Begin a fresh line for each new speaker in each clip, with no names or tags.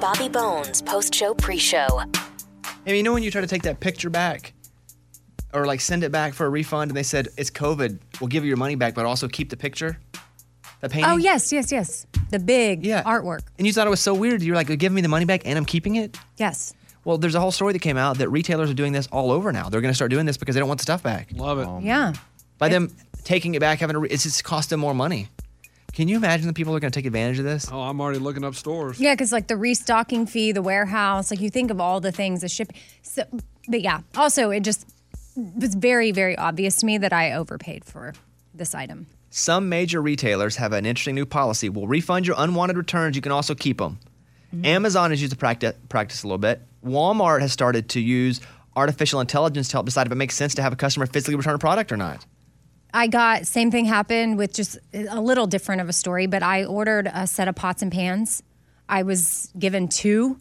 Bobby Bones post show pre show.
I mean, you know when you try to take that picture back or like send it back for a refund and they said it's COVID, we'll give you your money back, but also keep the picture? That painting?
Oh yes, yes, yes. The big
Yeah.
artwork.
And you thought it was so weird. You're like, you're giving me the money back and I'm keeping it?
Yes.
Well, there's a whole story that came out that retailers are doing this all over now. They're going to start doing this because they don't want the stuff back.
Love it.
Yeah.
By them taking it back, having to, re- it's just cost them more money. Can you imagine the people who are going to take advantage of this?
Oh, I'm already looking up stores.
Yeah, because like the restocking fee, the warehouse, like you think of all the things, the shipping. So, but yeah, also it just was very, very obvious to me that I overpaid for this item.
Some major retailers have an interesting new policy. We'll refund your unwanted returns. You can also keep them. Amazon has used the practice, practice a little bit. Walmart has started to use artificial intelligence to help decide if it makes sense to have a customer physically return a product or not.
I got same thing happened with just a little different of a story, but I ordered a set of pots and pans. I was given two,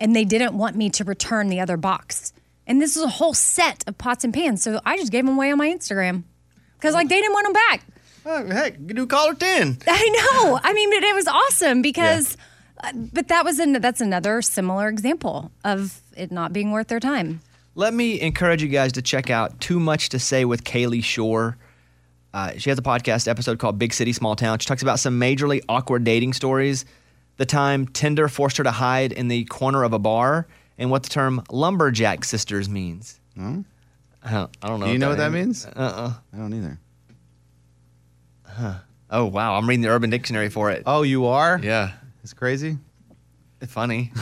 and they didn't want me to return the other box. And this was a whole set of pots and pans, so I just gave them away on my Instagram because like they didn't want them back.
Oh, heck, you do caller 10.
I know. I mean, but it was awesome because, uh, but that was an, that's another similar example of it not being worth their time.
Let me encourage you guys to check out Too Much to Say with Kaylee Shore. Uh, she has a podcast episode called Big City Small Town. She talks about some majorly awkward dating stories, the time Tinder forced her to hide in the corner of a bar, and what the term lumberjack sisters means. I, don't, I don't Hmm? know.
Do you know what that means?
Uh-uh.
I don't either.
Oh, wow. I'm reading the Urban Dictionary for it.
Oh, you are?
yeah.
It's crazy.
Funny.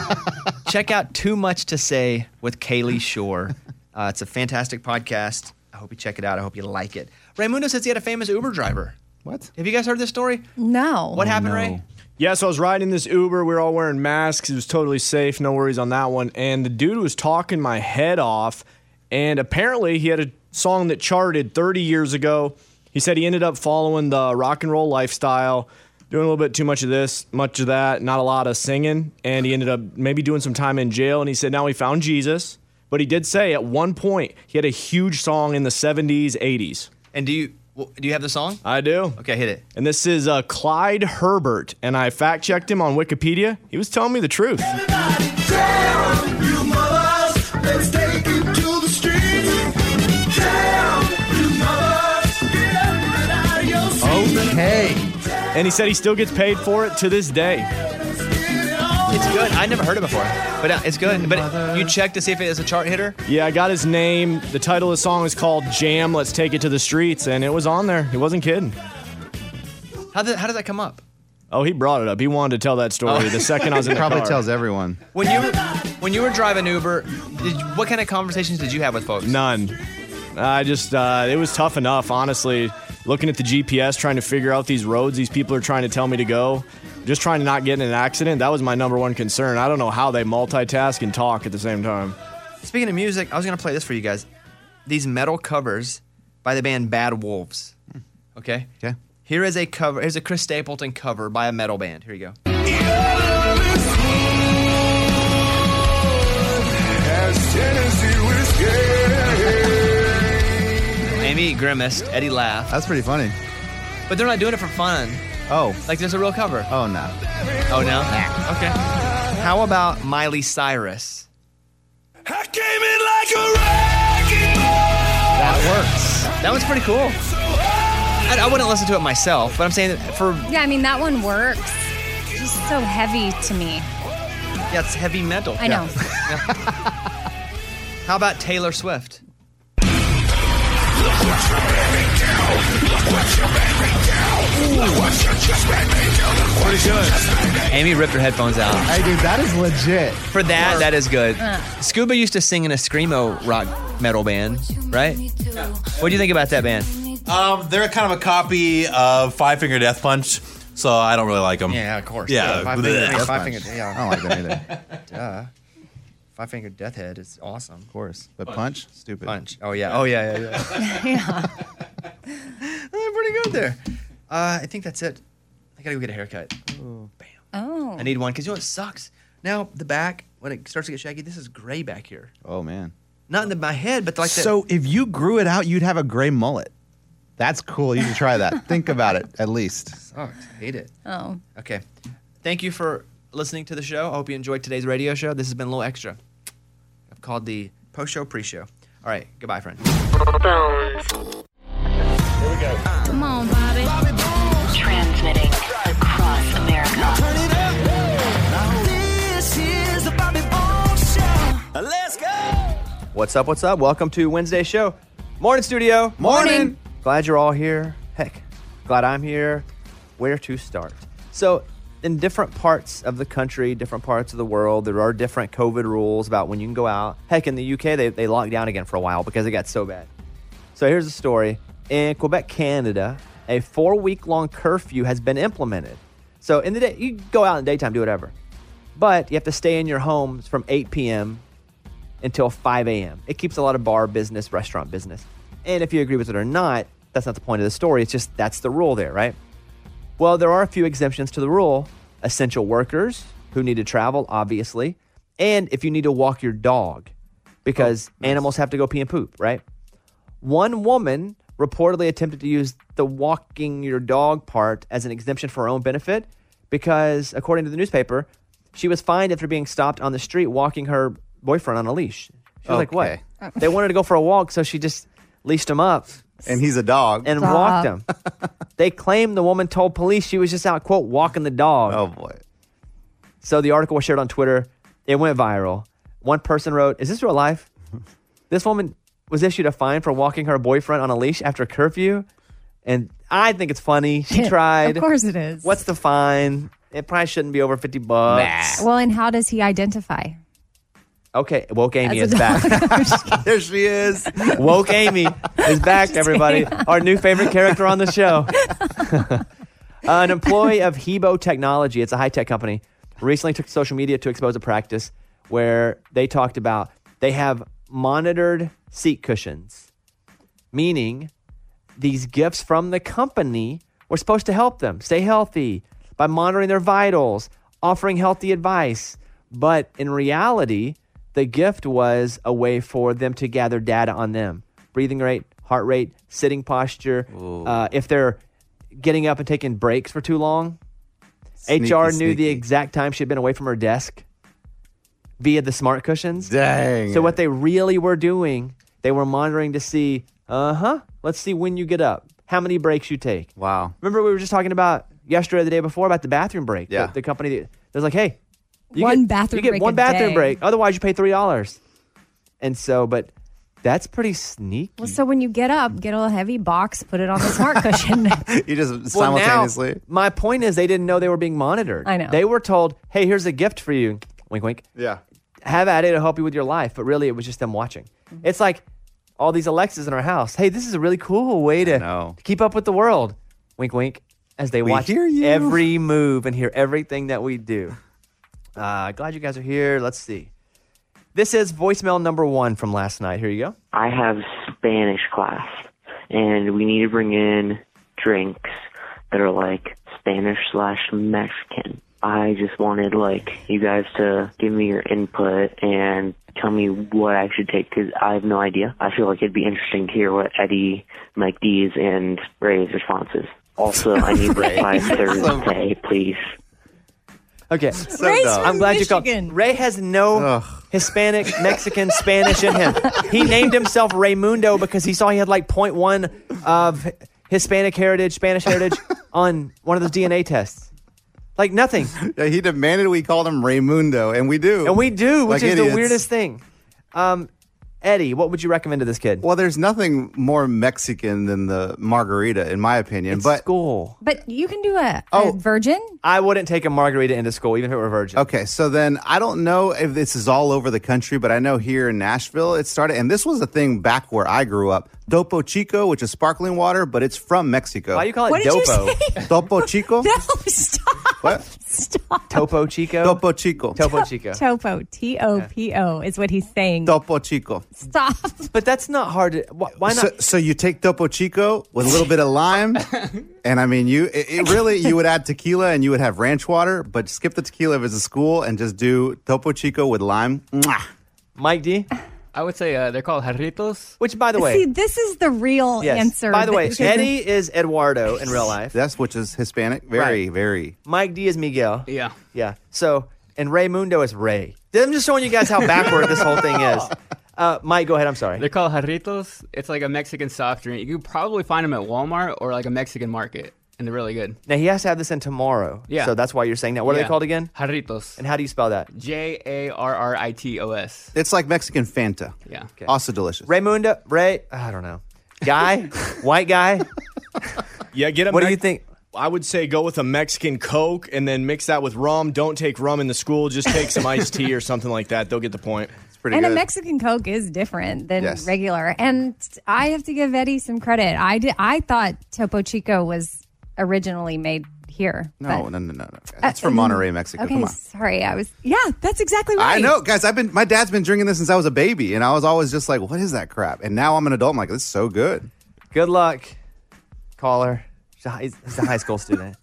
Check out Too Much to Say with Kaylee Shore. Uh, it's a fantastic podcast. I hope you check it out. I hope you like it. Raymundo says he had a famous Uber driver.
What? Oh,
Have you guys heard this story?
No.
What happened, Ray?
Yeah, so I was riding this Uber. We were all wearing masks. It was totally safe. No worries on that one. And the dude was talking my head off. And apparently, he had a song that charted 30 years ago. He said he ended up following the rock and roll lifestyle, doing a little bit too much of this, much of that, not a lot of singing. And he ended up maybe doing some time in jail. And he said now he found Jesus. But he did say at one point he had a huge song in the 70s, 80s.
And do you well, do you have the song?
I do.
Okay, hit it.
And this is uh, Clyde Herbert, and I fact checked him on Wikipedia. He was telling me the truth.
Okay.
And he said he still gets paid for it to this day.
It's good. I never heard it before, but uh, it's good. But you check to see if it is a chart hitter.
Yeah, I got his name. The title of the song is called Jam, Let's Take It to the Streets, and it was on there. He wasn't kidding.
How did how does that come up?
Oh, he brought it up. He wanted to tell that story
Oh.
the second I was in the
Probably
car.
tells everyone.
When you were, when you were driving Uber, did, you- what kind of conversations did you have with folks?
None. I just, uh, it was tough enough, honestly. Looking at the GPS, trying to figure out these roads these people are trying to tell me to go, just trying to not get in an accident. That was my number one concern. I don't know how they multitask and talk at the same time.
Speaking of music, I was gonna play this for you guys. These metal covers by the band Bad Wolves. Okay.
Hmm. Okay.
Here is a cover. Here's a Chris Stapleton cover by a metal band. Here you go. Amy grimaced. Eddie laughed.
That's pretty funny.
But they're not doing it for fun.
Oh.
Like there's a real cover.
Oh, no.
Oh no. Okay. How about Miley Cyrus? That one's pretty cool. I, I wouldn't listen to it myself, but I'm saying that for
Yeah, I mean that one works. It's just so heavy to me.
yeah, it's heavy metal.
I know.
How about Taylor Swift?
Pretty good.
Amy ripped her headphones out.
Hey, dude, that is legit.
For that, that is good.
Uh.
Scuba used to sing in a screamo rock metal band, right? What do you think about that band?
Um, they're kind of a copy of Five Finger Death Punch, so I don't really like them.
Yeah, of course.
Yeah.
Five finger, I
Blech.
mean,
Death
five
punch.
finger, yeah,
I don't like that either.
five finger death head is awesome.
Of course. But punch? Stupid.
Punch. Oh yeah. Oh yeah. Yeah. yeah.
They're pretty good there.
Uh, I think that's it. I gotta go get a haircut.
Oh,
I need one because you know what sucks. Now the back when it starts to get shaggy, this is gray back here.
Oh, man.
Not in the, my head, but like
So if you grew it out, you'd have a gray mullet. That's cool. You should try that. Think about it, at least.
Sucks. Hate it.
oh,
that. Okay. Thank you for listening to the show. I hope you enjoyed today's radio show. This has been a little extra. I've called the post show, pre show. All right. Goodbye, friend.
Come on, Bobby.
Transmitting across America.
This is the Bobby Bones Show.
Let's go.
What's up? What's up? Welcome to Wednesday's show. Morning, studio.
Morning.
Glad you're all here. Heck, glad I'm here. Where to start? So, in different parts of the country, different parts of the world, there are different COVID rules about when you can go out. Heck, in the UK, they, they locked down again for a while because it got so bad. So, here's the story In Quebec, Canada, a four week long curfew has been implemented. So, in the day, you can go out in the daytime, do whatever. But you have to stay in your homes from 8 p.m until 5 a.m. It keeps a lot of bar business, restaurant business. And if you agree with it or not, that's not the point of the story. It's just that's the rule there, right? Well, there are a few exemptions to the rule essential workers who need to travel, obviously, and if you need to walk your dog
Oh,
because animals have to go pee and poop, right? One woman reportedly attempted to use the walking your dog part as an exemption for her own benefit because, according to the newspaper, she was fined after being stopped on the street walking her boyfriend on a leash. She was like,
Okay.
What? They wanted to go for a walk, so she just leashed him up
And he's a dog.
and
Stop.
walked him. they claim the woman told police she was just out, quote, walking the dog.
oh boy.
So the article was shared on Twitter. It went viral. One person wrote, Is this real life? this woman was issued a fine for walking her boyfriend on a leash after curfew. And I think it's funny. She tried.
Of course it is.
What's the fine? It probably shouldn't be over 50 bucks.
well, and how does he identify?
Okay, woke Amy
As
is
a
back.
There she is.
woke Amy is back, everybody. Our new favorite character on the show. An employee of Hebo Technology, it's a high tech company, recently took to social media to expose a practice where they talked about they have monitored seat cushions, meaning these gifts from the company were supposed to help them stay healthy by monitoring their vitals, offering healthy advice. But in reality, the gift was a way for them to gather data on them breathing rate, heart rate, sitting posture, uh, if they're getting up and taking breaks for too long. HR knew the
sneaky.
exact time she'd been away from her desk via the smart cushions.
Dang.
So what they really were doing, they were monitoring to see, uh huh, let's see when you get up, how many breaks you take.
Wow.
Remember we were just talking about yesterday, or the day before about the bathroom break.
Yeah.
The, the company that that's like, hey, you
One
get,
bathroom
you get
break
one
a
bathroom
day.
break. Otherwise, you pay three dollars. And so, but that's pretty sneaky.
Well, so when you get up, get a little heavy box, put it on the smart cushion.
You just
Well, now,
simultaneously.
my point is, they didn't know they were being monitored.
I know.
They were told, hey, here's a gift for you. Wink, wink.
yeah.
Have at it. It'll help you with your life. But really, it was just them watching.
Mm-hmm.
It's like all these Alexas in our house. Hey, this is a really cool way to
know.
keep up with the world. Wink, wink. As they watch
hear you.
every move and hear everything that we do. Uh, glad you guys are here. Let's see. This is voicemail number one from last night. Here you go.
I have Spanish class, and we need to bring in drinks that are like Spanish slash Mexican. I just wanted like you guys to give me your input and tell me what I should take because I have no idea. I feel like it'd be interesting to hear what Eddie, Mike D's, and Ray's responses. Also, I need Ray by Thursday, please.
Okay.
Ray's dumb.
I'm glad you called. Ray has no
Ugh.
Hispanic, Mexican, Spanish in him. He named himself Raymundo because he saw he had like 0.1 of Hispanic heritage, Spanish heritage on one of those DNA tests. Like nothing.
Yeah, He demanded we call him Raymundo, and we do.
And we do, which
Like
is the
idiots.
weirdest thing. Um, Eddie, what would you recommend to this kid?
Well, there's nothing more Mexican than the margarita, in my opinion. but
school.
but you can do a, a
Oh.
virgin.
I wouldn't take a margarita into school, even if it were virgin.
Okay, so then I don't know if this is all over the country, but I know here in Nashville it started, and this was a thing back where I grew up. Topo Chico, which is sparkling water, but it's from Mexico.
Why do you call it
What did you
Dopo?
say?
Topo Chico?
No, Oh, stop.
What?
Stop.
Topo Chico?
Topo Chico.
Topo Chico.
Topo, T O P O, is what he's saying.
Topo Chico.
Stop.
But that's not hard. To, wh- why not?
So, so you take Topo Chico with a little bit of lime, and I mean, you it, it really you would add tequila and you would have ranch water, but skip the tequila if it's a school and just do Topo Chico with lime. Mwah.
Mike D?
I would say uh, they're called jarritos.
Which, by the way,
See, this is the real answer.
By the
that-
way,
because-
Eddie is Eduardo in real life.
That's which is Hispanic. Very, very.
Mike D is Miguel.
Yeah.
Yeah. So, and Ray Mundo is Ray. I'm just showing you guys how backward this whole thing is. Uh, Mike, go ahead. I'm sorry.
They're called jarritos. It's like a Mexican soft drink. You could probably find them at Walmart or like a Mexican market, and they're really good.
Now, he has to have this in tomorrow.
Yeah.
So that's why you're saying that. What are
Yeah.
they called again?
Jarritos.
And how do you spell that?
J A R R I T O S.
It's like Mexican Fanta.
Yeah.
Also delicious.
Raymundo, Ray, I don't know. Guy, white guy.
Yeah, get a
What do
Mex-
you think?
I would say go with a Mexican Coke and then mix that with rum. Don't take rum in the school. Just take some iced tea or something like that. They'll get the point. It's
and a Mexican Coke is different than
Yes.
regular. And I have to give Eddie some credit. I did, I thought Topo Chico was originally made here.
No,
but-
no, no, no, no.
Uh,
It's from Monterey, Mexico.
Okay,
Come on.
sorry, I was. Yeah, that's exactly right.
I know, guys. I've been. My dad's been drinking this since I was a baby, and I was always just like, "What is that crap?" And now I'm an adult. I'm like, "This is so good."
Good luck, caller. He's a high, he's a high school student.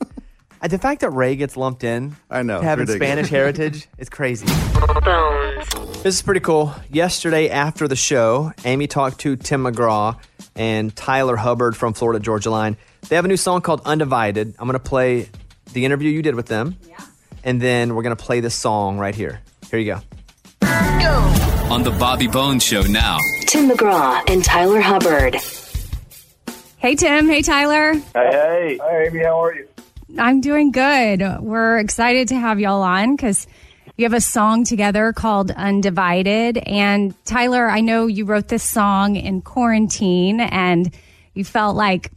Uh, the fact that Ray gets lumped in, I know,
it's
having
ridiculous.
Spanish heritage, it's crazy. This is pretty cool. Yesterday after the show, Amy talked to Tim McGraw and Tyler Hubbard from Florida Georgia Line. They have a new song called Undivided. I'm going to play the interview you did with them, and then we're going to play this song right here. Here you go.
On the Bobby Bones Show now.
Tim McGraw and Tyler Hubbard.
Hey, Tim. Hey, Tyler.
Hey, hey. Hey, Amy, how are you?
I'm doing good. We're excited to have y'all on because you have a song together called Undivided. And Tyler, I know you wrote this song in quarantine and you felt like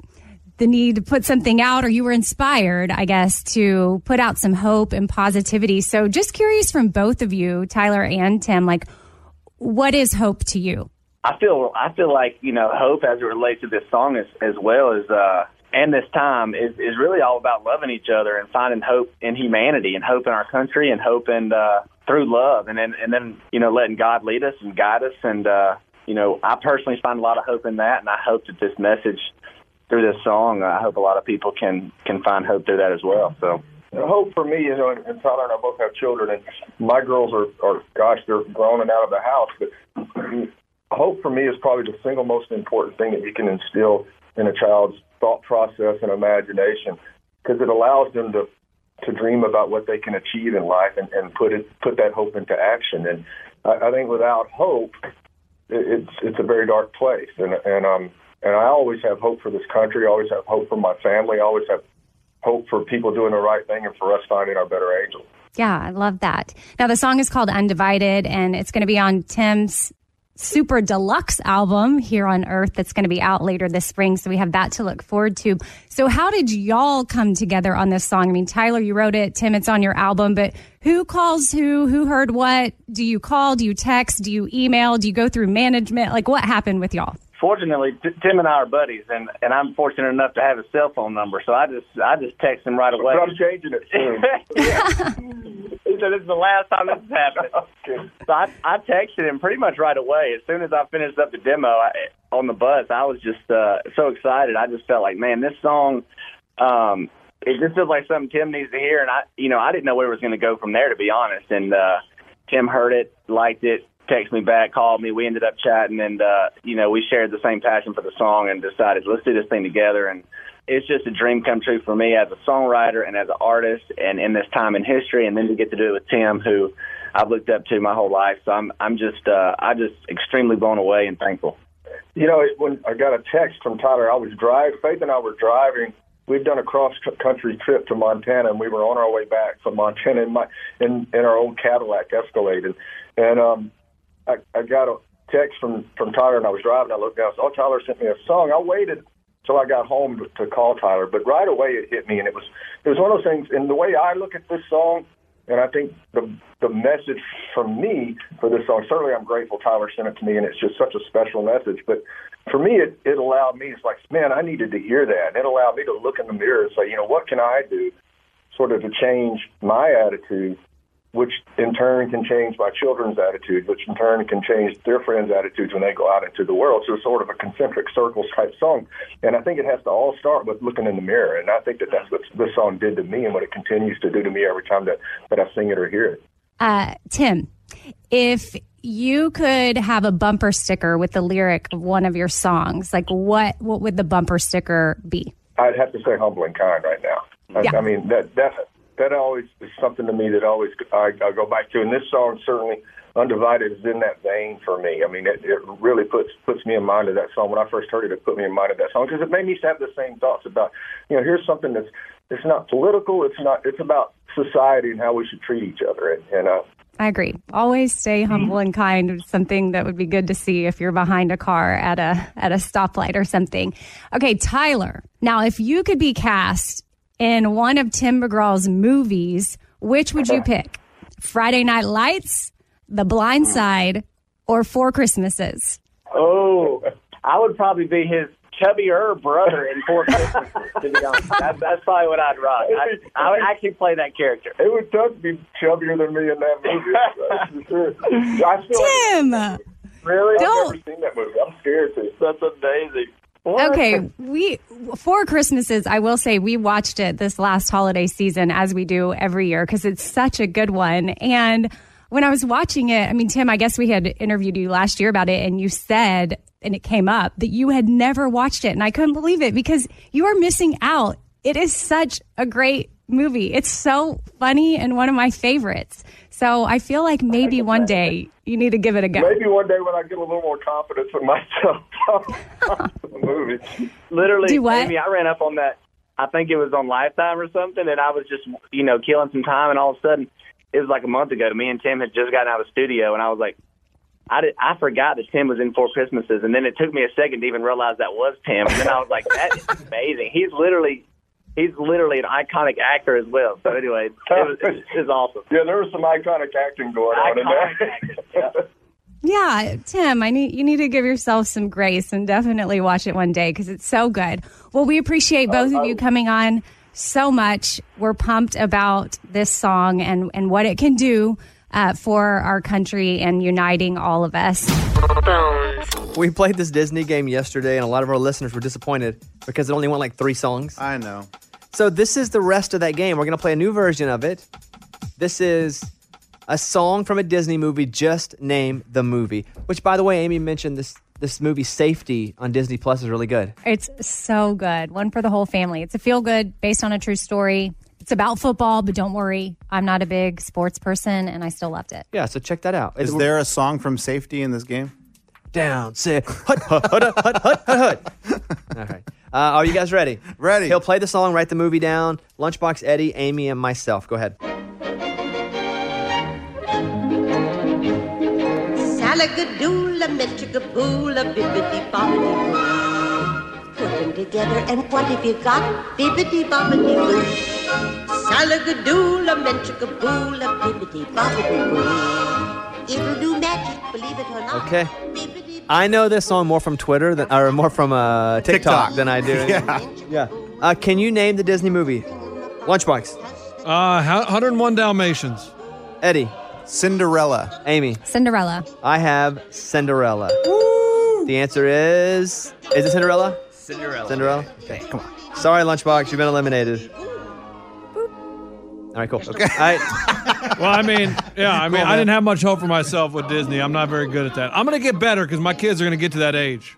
the need to put something out, or you were inspired, I guess, to put out some hope and positivity. So, just curious from both of you, Tyler and Tim, like, what is hope to you?
I feel I feel like you know hope as it relates to this song as, as well as uh, and this time is, is really all about loving each other and finding hope in humanity and hope in our country and hope and uh, through love and then and then you know letting God lead us and guide us and uh, you know I personally find a lot of hope in that and I hope that this message through this song I hope a lot of people can can find hope through that as well. So
The hope for me, you know, and, and Tyler and I both have children, and my girls are, are, gosh, they're grown and out of the house. But hope for me is probably the single most important thing that you can instill in a child's thought process and imagination, because it allows them to to dream about what they can achieve in life and, and put it put that hope into action. And I, I think without hope, it, it's it's a very dark place. And and um and I always have hope for this country. I always have hope for my family. I always have hope for people doing the right thing and for us finding our better angel.
Yeah, I love that. Now the song is called Undivided and it's going to be on Tim's super deluxe album here on earth that's going to be out later this spring so we have that to look forward to so how did y'all come together on this song i mean tyler you wrote it tim it's on your album but who calls who who heard what do you call do you text do you email do you go through management like what happened with y'all
fortunately, t- Tim and I are buddies, and and I'm fortunate enough to have his cell phone number, so I just I just text him right away.
But I'm changing it soon.
he said this is the last time this is happening. so I I texted him pretty much right away. As soon as I finished up the demo I, on the bus, I was just uh, so excited. I just felt like, man, this song. Um, it just feels like something Tim needs to hear, and I, you know, I didn't know where it was going to go from there, to be honest. And uh, Tim heard it, liked it, texted me back, called me. We ended up chatting, and uh, you know, we shared the same passion for the song and decided let's do this thing together. And it's just a dream come true for me as a songwriter and as an artist, and in this time in history, and then to get to do it with Tim, who I've looked up to my whole life. So I'm, I'm just, uh, I'm just extremely blown away and thankful.
You know, it- when I got a text from Tyler, I was driving. Faith and I were driving. We've done a cross-country trip to Montana, and we were on our way back from Montana in my in, in our old Cadillac Escalade, and and um, I, I got a text from from Tyler, and I was driving. I looked down, I saw Tyler sent me a song. I waited till I got home to, to call Tyler, but right away it hit me, and it was it was one of those things. And the way I look at this song, and I think the the message from me for this song, certainly I'm grateful Tyler sent it to me, and it's just such a special message. But for me, it, it allowed me, it's like, man, I needed to hear that. And it allowed me to look in the mirror and say, you know, what can I do sort of to change my attitude, which in turn can change my children's attitude, which in turn can change their friends' attitudes when they go out into the world. So it's sort of a concentric circles type song. And I think it has to all start with looking in the mirror. And I think that that's what this song did to me and what it continues to do to me every time that, that I sing it or hear it.
uh tim Uh, if you could have a bumper sticker with the lyric of one of your songs, like what what would the bumper sticker be?
I'd have to say humble and kind right now. I,
Yeah.
I mean that that that always is something to me that always I, I go back to, and this song certainly undivided is in that vein for me. I mean, it, it really puts puts me in mind of that song. When I first heard it, it put me in mind of that song because it made me have the same thoughts about you know here's something that's it's not political, it's not it's about society and how we should treat each other, and, and uh,
I agree. Always stay humble and kind. It's Something that would be good to see if you're behind a car at a at a stoplight or something. Okay, Tyler. Now, if you could be cast in one of Tim McGraw's movies, which would you pick? Friday Night Lights, The Blind Side, or Four Christmases?
Oh, I would probably be his chubbier brother in Four Christmases. to be honest, that's, that's probably what I'd rock. I, I would actually play that character.
it would tough to be chubbier than me in that movie. that's for sure. I still
Tim.
really
Don't-
I've never seen that movie. I'm scared to. That's amazing.
Okay, we for Christmases, I will say we watched it this last holiday season as we do every year because it's such a good one. And when I was watching it, I mean, Tim, I guess we had interviewed you last year about it, and you said, and it came up that you had never watched it, and I couldn't believe it because you are missing out. It is such a great movie. It's so funny and one of my favorites. So I feel like maybe one day you need to give it a go.
Maybe one day when I get a little more confidence in myself, I'll watch the movie.
Literally,
Do what?
Amy, I ran up on that. I think it was on Lifetime or something, and I was just, you know, killing some time, and all of a sudden, it was like a month ago. Me and Tim had just gotten out of the studio, and I was like, I did, I forgot that Tim was in Four Christmases, and then it took me a second to even realize that was Tim, and then I was like, that is amazing. He's literally, he's literally an iconic actor as well. So anyway, it Oh, was, it was awesome.
Yeah, there was some iconic acting going on in there.
Yeah, Tim, I need you need to give yourself some grace and definitely watch it one day because it's so good. Well, we appreciate both of you coming on so much. We're pumped about this song and and what it can do uh, for our country and uniting all of us.
We played this Disney game yesterday, and a lot of our listeners were disappointed because it only went like three songs. I know. So this is the rest of that game. We're gonna play a new version of it. This is a song from a Disney movie. Just name the movie. Which, by the way, Amy mentioned this. This movie Safety on Disney Plus is really good.
It's so good, one for the whole family. It's a feel good based on a true story. It's about football, but don't worry, I'm not a big sports person, and I still loved it.
Yeah, so check that out.
Is there a song from Safety in this game?
Down, sit, hut, hut, hut, hut, hut, hut. All right. Uh, are you guys ready? Ready. He'll play the song, write the movie down. Lunchbox Eddie, Amy, and myself. Go ahead.
Salagadoola, metricaboola, bibbidi bobbidi boo. Put them together and what have you got? Bibbidi bobbidi boo. Salagadoola, metricaboola, bibbidi bobbidi boo. It'll do magic, believe it or not.
Okay. I know this song more from Twitter than, or more from uh, TikTok,
TikTok.
than I do.
Yeah.
Yeah. Uh, can you name the Disney movie? Lunchbox.
Uh, 101 Dalmatians.
Eddie.
Cinderella.
Amy.
Cinderella.
I have Cinderella. The answer is. Is it Cinderella?
Cinderella.
Cinderella? Okay, come on. Sorry, Lunchbox, you've been eliminated. All right, cool. Okay. All right.
Well, I mean, yeah, I mean,
Cool,
I
man.
didn't have much hope for myself with Disney. I'm not very good at that. I'm going to get better because my kids are going to get to that age.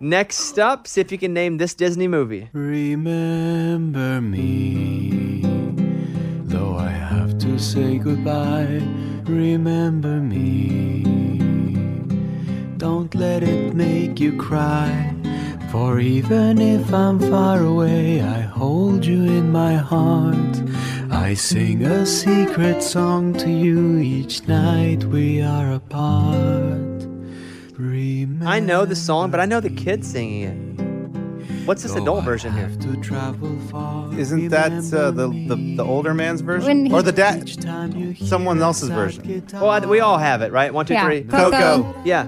Next up, see if you can name this Disney movie.
Remember me, though I have to say goodbye. Remember me, don't let it make you cry. For even if I'm far away, I hold you in my heart. I sing a secret song to you each night we are apart.
I know the song, but I know the kids singing it. What's this adult version here?
Isn't that uh, the, the the older man's
When
version
he-
or the dad? Someone else's version.
Well, I, we all have it, right? One, two,
Yeah,
three.
Coco. Coco.
Yeah.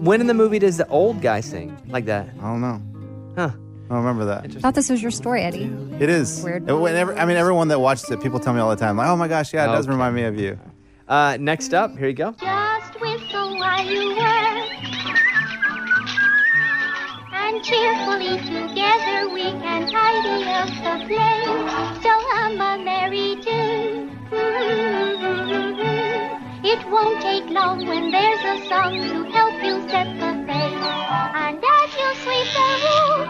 When in the movie does the old guy sing like that? I don't know. Huh.
I don't remember that.
I thought this was your story, Eddie.
It is.
Weird.
It- whenever- I mean, everyone that watches it, people tell me all the time, like, oh my gosh, yeah, it does
Okay.
remind me of you.
Uh, next up, here you go.
Just whistle while you work. And cheerfully together we can tidy up the place. So hum a merry tune. It
Mm-hmm. It won't take long when there's a song to help you set the frame. And as you sweep the room,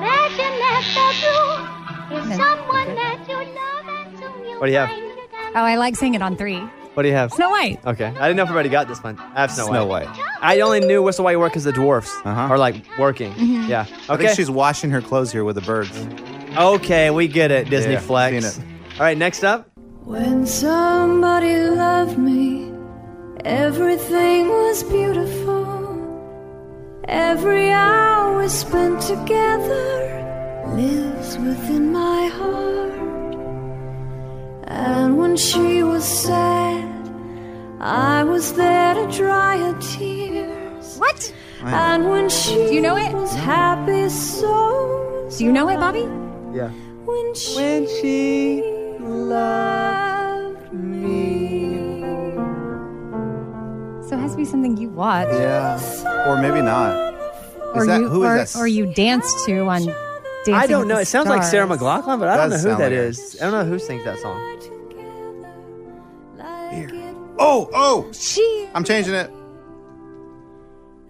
imagine that the blue is someone that you love and soon you
What do you have?
Oh, I like singing on three.
What do you have?
Snow White.
Okay, I didn't know if everybody got this one. I have Snow,
Snow Uh-huh.
White. I only knew Whistle While You Work because the dwarfs are like working.
Mhm.
Yeah. Okay.
I think she's washing her clothes here with the birds.
Okay, we get it, Disney
Yeah,
Flex.
seen
All right, next up.
When somebody loved me, everything was beautiful. Every hour we spent together lives within my heart. And when she was sad, I was there to dry her tears.
What?
And when she
Do you know it?
was happy, so
Do you know it, Bobby?
Yeah.
when she, when she loved me.
So it has to be something you watch.
Yeah. Or maybe not.
Or
that-
you,
who is
or,
that?
Or you dance to on Dancing
I don't
with
know.
the
It sounds like Sarah
Stars.
McLaughlin, but I don't know
Does
who
sound
that
like her.
is. I don't know who sings that song.
Oh, oh!
She.
I'm changing it.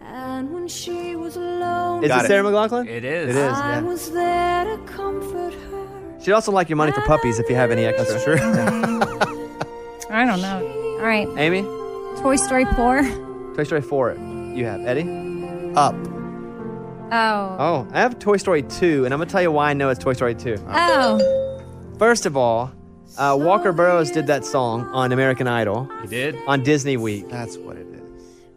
Uh,
And when she was alone,
Is
Got
it
it.
Sarah McLaughlin?
It is.
It is.
I
Yeah.
was there to comfort her.
She'd also like your money for puppies if you have any extra. That's true.
I don't know. All right.
Amy,
Toy Story 4.
Toy Story 4. You have Eddie.
Up.
Oh.
Oh, I have Toy Story 2, and I'm gonna tell you why I know it's Toy Story 2.
Oh.
First of all, uh, Walker Burroughs did that song on American Idol.
He did.
on Disney Week.
That's what it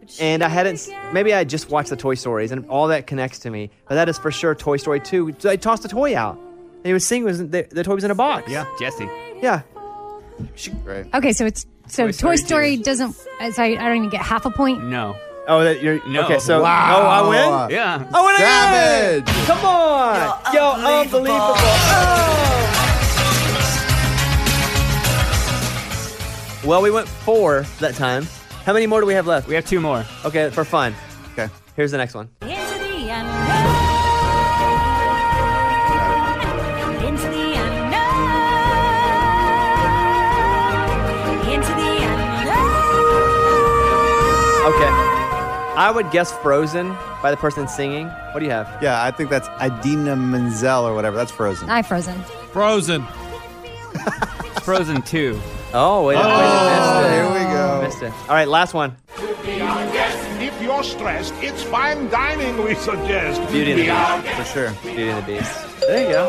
is.
And I hadn't, s- maybe I just watched the Toy Stories and all that connects to me, but that is for sure Toy Story 2. So They tossed the toy out. And he was singing, was the, the toy was in a box.
Yeah, Jesse.
Yeah.
Okay, so it's so Toy Story,
Story
doesn't. So I, I don't even get half a point.
No.
Oh, that you're
No.
okay. So
Wow.
oh, I win.
Yeah.
I win again. Come on, yo, unbelievable. Oh. Well, we went four that time. How many more do we have left? We
have two more.
Okay, for fun.
Okay.
Here's the next one.
Into the unknown. Into the unknown. Into the unknown.
Okay. I would guess Frozen by the person singing. What do you have?
Yeah, I think that's Idina Menzel or whatever. That's Frozen.
I frozen.
Frozen.
Frozen 2.
Oh, wait.
Oh,
here we go. Missed it. All right, last one.
Be our guest. If you're stressed, it's fine dining we suggest.
Beauty and the
Be our
Beast.
guest.
For sure. Beauty and the Beast. There you go.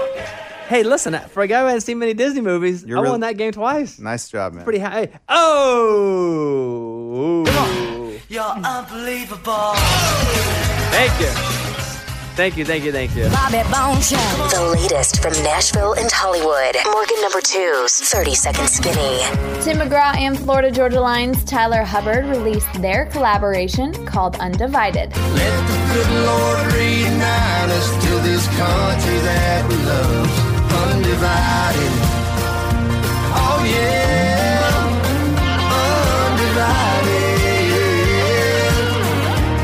Hey, listen, for a guy who hasn't seen many Disney movies, I
real-
won that game twice.
Nice job, man.
Pretty high. Oh.
You're unbelievable.
Thank you. Thank you, thank you, thank you.
Bobby Bones Show.
The latest from Nashville and Hollywood. Morgan number two's 30 Second Skinny.
Tim McGraw and Florida Georgia Line's Tyler Hubbard released their collaboration called Undivided.
Let the good Lord reunite us to this country that we love, undivided. Oh yeah, undivided.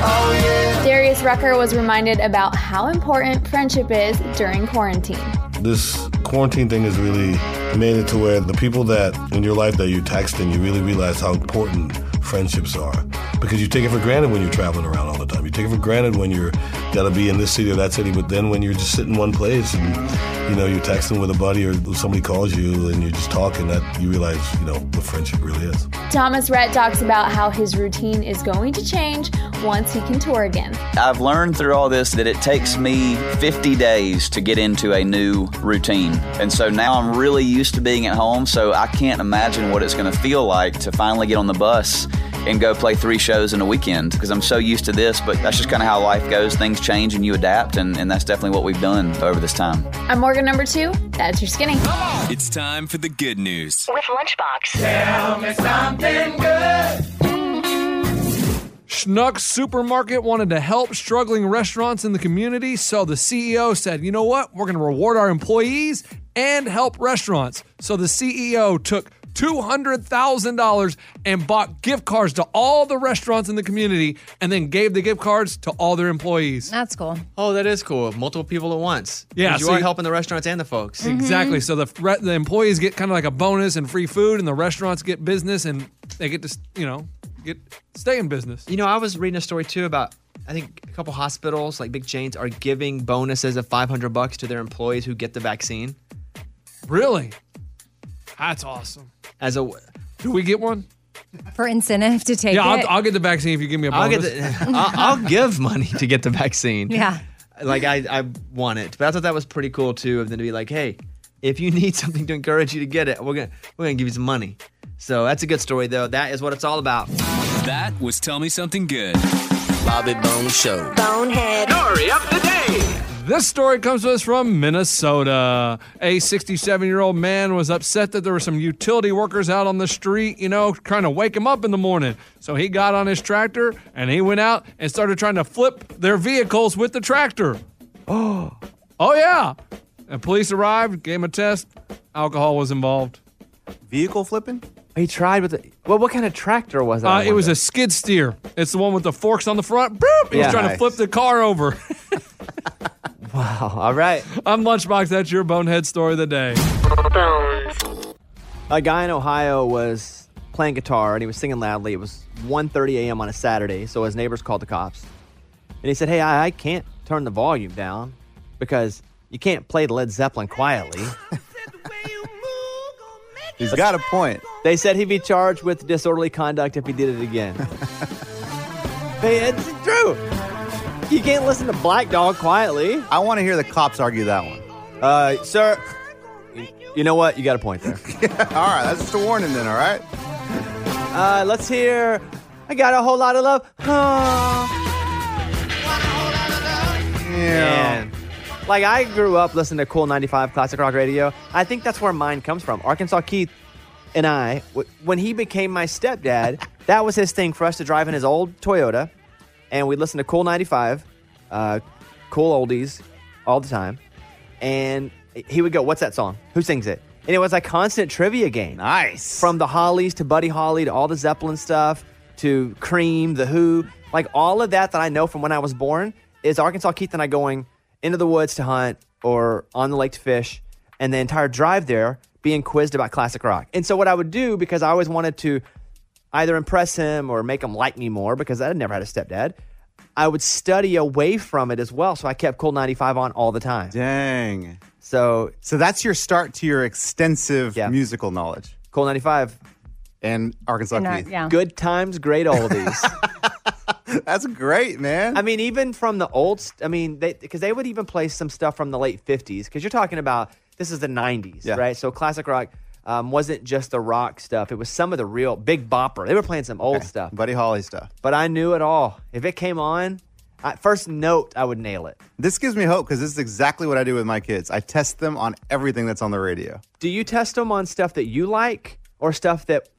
Oh yeah.
Darius Rucker was reminded about how important friendship is during quarantine.
this quarantine thing has really made it to where the people that in your life that you text and you really realize how important friendships are because you take it for granted when you're traveling around all the time you take it for granted when you're gotta be in this city or that city but then when you're just sitting in one place and you know you're texting with a buddy or somebody calls you and you're just talking that you realize you know what friendship really is
Thomas Rhett talks about how his routine is going to change once he can tour again.
I've learned through all this that it takes me 50 days to get into a new routine. And so now I'm really used to being at home, so I can't imagine what it's going to feel like to finally get on the bus and go play three shows in a weekend because I'm so used to this, but that's just kind of how life goes. Things change and you adapt, and, and that's definitely what we've done over this time.
I'm Morgan number two. That's your skinny.
It's time for the good news.
With Lunchbox.
Tell me something good.
Schnucks Supermarket wanted to help struggling restaurants in the community, so the CEO said, you know what? We're going to reward our employees and help restaurants. So the CEO took $200,000 and bought gift cards to all the restaurants in the community and then gave the gift cards to all their employees.
That's cool.
Oh, that is cool. Multiple people at once.
Yeah,
'Cause you
so
are
you-
helping the restaurants and the folks.
Mm-hmm. Exactly. So the fre- the employees get kind of like a bonus and free food, and the restaurants get business and they get to s- you know get stay in business.
You know, I was reading a story too about I think a couple hospitals like big chains are giving bonuses of 500 bucks to their employees who get the vaccine.
Really? That's awesome.
As a
Do we get one?
for incentive to take
yeah,
it.
I'll, I'll get the vaccine if you give me a
I'll
bonus.
get the, I'll, I'll give money to get the vaccine.
yeah.
Like I I want it. But I thought that was pretty cool too of them to be like, "Hey, if you need something to encourage you to get it, we're going to we're going to give you some money." So, that's a good story though. That is what it's all about.
That was Tell Me Something Good.
Bobby Bone Show.
Bonehead. Story of the day.
This story comes to us from Minnesota. A 67 year old man was upset that there were some utility workers out on the street, you know, trying to wake him up in the morning. So he got on his tractor and he went out and started trying to flip their vehicles with the tractor. Oh, oh yeah. And police arrived, gave him a test. Alcohol was involved.
Vehicle flipping?
He tried with it. Well, what kind of tractor was that?
Uh,
I
it was
wonder?
a skid steer. It's the one with the forks on the front. Boop! He was
Yeah.
trying to
Nice.
flip the car over.
wow. All right.
I'm Lunchbox. That's your bonehead story of the day.
A guy in Ohio was playing guitar and he was singing loudly. It was 1:30 a.m. on a Saturday, so his neighbors called the cops. And he said, "Hey, I, I can't turn the volume down because you can't play Led Zeppelin quietly."
He's got a point.
They said he'd be charged with disorderly conduct if he did it again. hey, it's true. You can't listen to Black Dog quietly.
I want to hear the cops argue that one.
Uh, sir, you, you know what? You got a point there.
all right, that's just a warning then, all right?
Uh, let's hear. I got a whole lot of love. Oh. Man. Like I grew up listening to cool 95 classic rock radio. I think that's where mine comes from. Arkansas Keith and I w- when he became my stepdad, that was his thing for us to drive in his old Toyota and we listened to cool 95, uh, cool oldies all the time. And he would go, "What's that song? Who sings it?" And it was a constant trivia game.
Nice.
From the Hollies to Buddy Holly to all the Zeppelin stuff to Cream, the Who, like all of that that I know from when I was born is Arkansas Keith and I going into the woods to hunt or on the lake to fish, and the entire drive there being quizzed about classic rock. And so what I would do because I always wanted to either impress him or make him like me more because I had never had a stepdad. I would study away from it as well, so I kept Cool 95 on all the time.
Dang.
So
So that's your start to your extensive musical knowledge.
Cool 95.
And Arkansas
And, uh,
Keith.
yeah. Good times, great oldies.
that's great, man.
I mean, even from the old, st- I mean, they because they would even play some stuff from the late 50s because you're talking about this is the 90s, right? So classic rock um, wasn't just the rock stuff, it was some of the real big bopper. They were playing some old stuff.
Buddy Holly stuff.
But I knew it all. If it came on, I, first note, I would nail it.
This gives me hope because this is exactly what I do with my kids. I test them on everything that's on the radio.
Do you test them on stuff that you like or stuff that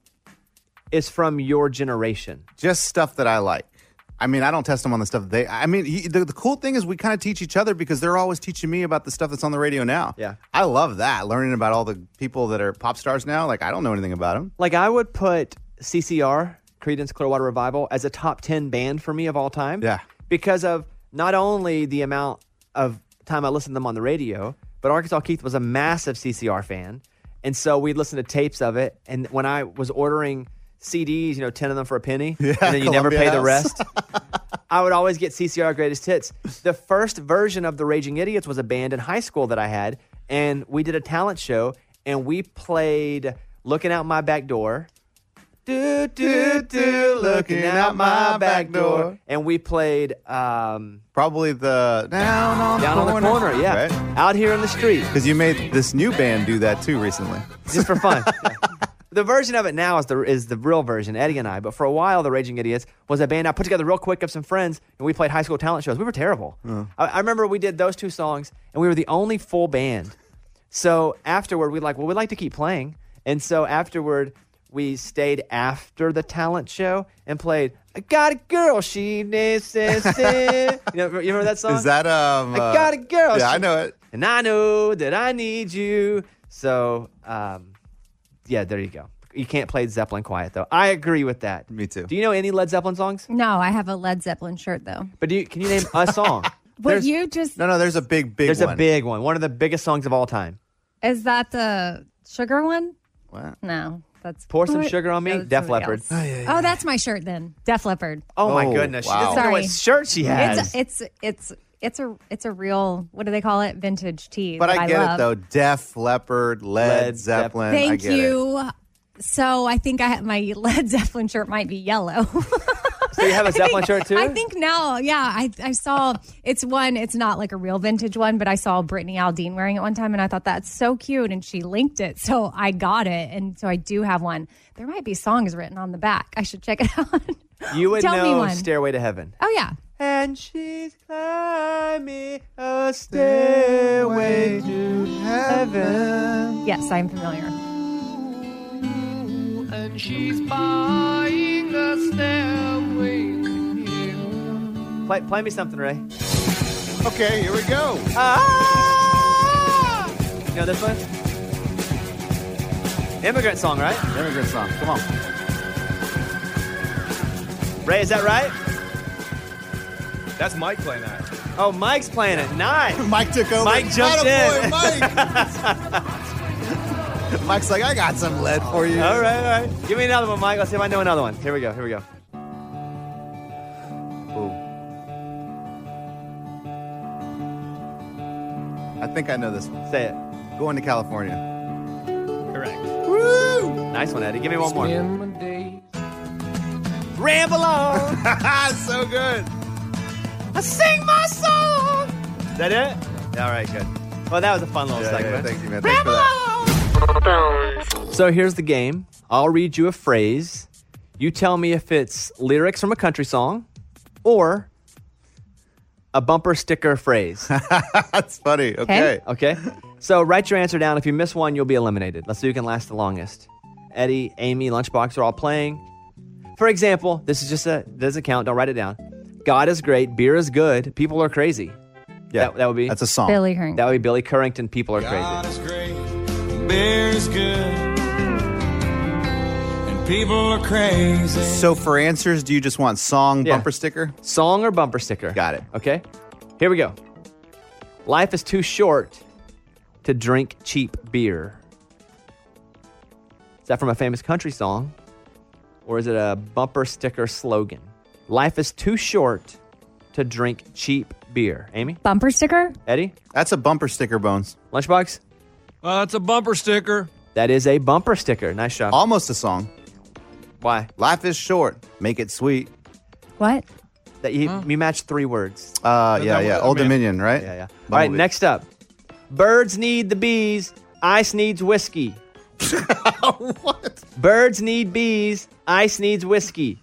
is from your generation?
Just stuff that I like. I mean, I don't test them on the stuff they. I mean, he, the, the cool thing is we kind of teach each other because they're always teaching me about the stuff that's on the radio now.
Yeah.
I love that learning about all the people that are pop stars now. Like I don't know anything about them.
Like I would put CCR, Credence Clearwater Revival, as a top ten band for me of all time. Yeah. Because of not only the amount of time I listened to them on the radio, but Arkansas Keith was a massive CCR fan. And so we'd listen to tapes of it. And when I was ordering CDs, you know, 10 of them for a penny, and then you never
Columbia
pay the
House.
rest, I would always get CCR Greatest Hits. The first version of The Raging Idiots was a band in high school that I had, and we did a talent show, and we played Looking Out My Back Door. Do, do, do, looking out my back door. And we played. Um,
Probably the down on
Down on the corner, yeah. Out here in the street.
Because you made this new band do that too recently.
just for fun. the version of it now is the is the real version, Eddie and I. But for a while, the Raging Idiots was a band I put together real quick of some friends, and we played high school talent shows. We were terrible. I, I remember we did those two songs, and we were the only full band. So afterward, we like, well, we'd like to keep playing, and so afterward, we stayed after the talent show and played. I got a girl, she this is it." You know, you remember that song?
Is that um?
I
uh,
got a girl.
Yeah, I
she-
know it.
And I know that I need you. So, um, yeah, there you go. You can't play Zeppelin quiet though. I agree with that. Me too. Do you know any Led Zeppelin songs?
No, I have a Led Zeppelin shirt though.
But do you, can you name a song?
What
There's-
you just
no, no. There's a big, big.
There's a
one.
big one. One of the biggest songs of all time.
is that the sugar one? No, that's
Pour some sugar on me. Def Leopard.
Oh, that's my shirt then. Def Leopard.
Oh, my goodness. She doesn't know what
Sorry.
shirt she has.
It's it's it's it's a it's a real what do they call it? Vintage tee.
But
that
I get
love.
it though. Def Leopard, Led, Zeppelin.
Thank
I get
you. So I think I have my Led Zeppelin shirt might be yellow.
so you have a Zeppelin shirt too?
I think now, yeah, I, I saw it's one. It's not like a real vintage one, but I saw Brittany Aldean wearing it one time, and I thought that's so cute, and she linked it, so I got it, and so I do have one. There might be songs written on the back. I should check it out.
you would
Tell me
know
one.
Stairway to Heaven.
Oh yeah,
And she's climbing a
stairway
to
heaven.
yes, I'm familiar.
And she's buying a stairway
Play, play me something, Ray.
Okay, here we go.
Ah! You know this one? Immigrant song, right?
Immigrant song. Come on.
Ray, is that right?
That's Mike playing that.
Oh, Mike's playing it. Nice.
Mike took over.
Mike jumped
Attaboy,
in.
it. Mike's like, I got some lead for you.
All right, all right. Give me another one, Mike. Let's see if I know another one. Here we go. Here we go.
I think I know this one.
Say it.
Going to California.
Correct.
Woo!
Nice one, Eddie. Give me one more.
Ramble on.
so good.
I sing my song.
Is that it? All right, good. Well, that was a fun little segment.
thank you, man.
Thanks for that. So here's the game. I'll read you a phrase. You tell me if it's lyrics from a country song or a bumper sticker phrase.
That's funny.
Okay. Okay. So write your answer down. If you miss one, you'll be eliminated. Let's see who can last the longest. Eddie, Amy, Lunchbox are all playing. For example, this is just a doesn't count. Don't write it down. God is great. Beer is good. People are crazy. Yeah, that, that would be that's
a song.
Billy Currington.
That would be Billy Currington. People are
God
crazy.
Beer is good. And people are crazy.
So for answers, do you just want song, bumper sticker?
Song or bumper sticker.
Got it.
Okay. Here we go. Life is too short to drink cheap beer. Is that from a famous country song? Or is it a bumper sticker slogan? Life is too short to drink cheap beer. Amy?
Bumper sticker.
Eddie?
That's a bumper sticker, Bones.
Lunchbox?
Uh, that's a bumper sticker.
That is a bumper sticker. Nice shot.
Almost a song.
Why?
Life is short. Make it sweet.
What?
That you, you match three words.
Uh, yeah,
that
yeah.
one-
Old
I mean-
Dominion, right?
Yeah, yeah. All right, next up. Birds need the bees, ice needs whiskey. what? Birds need bees, ice needs whiskey.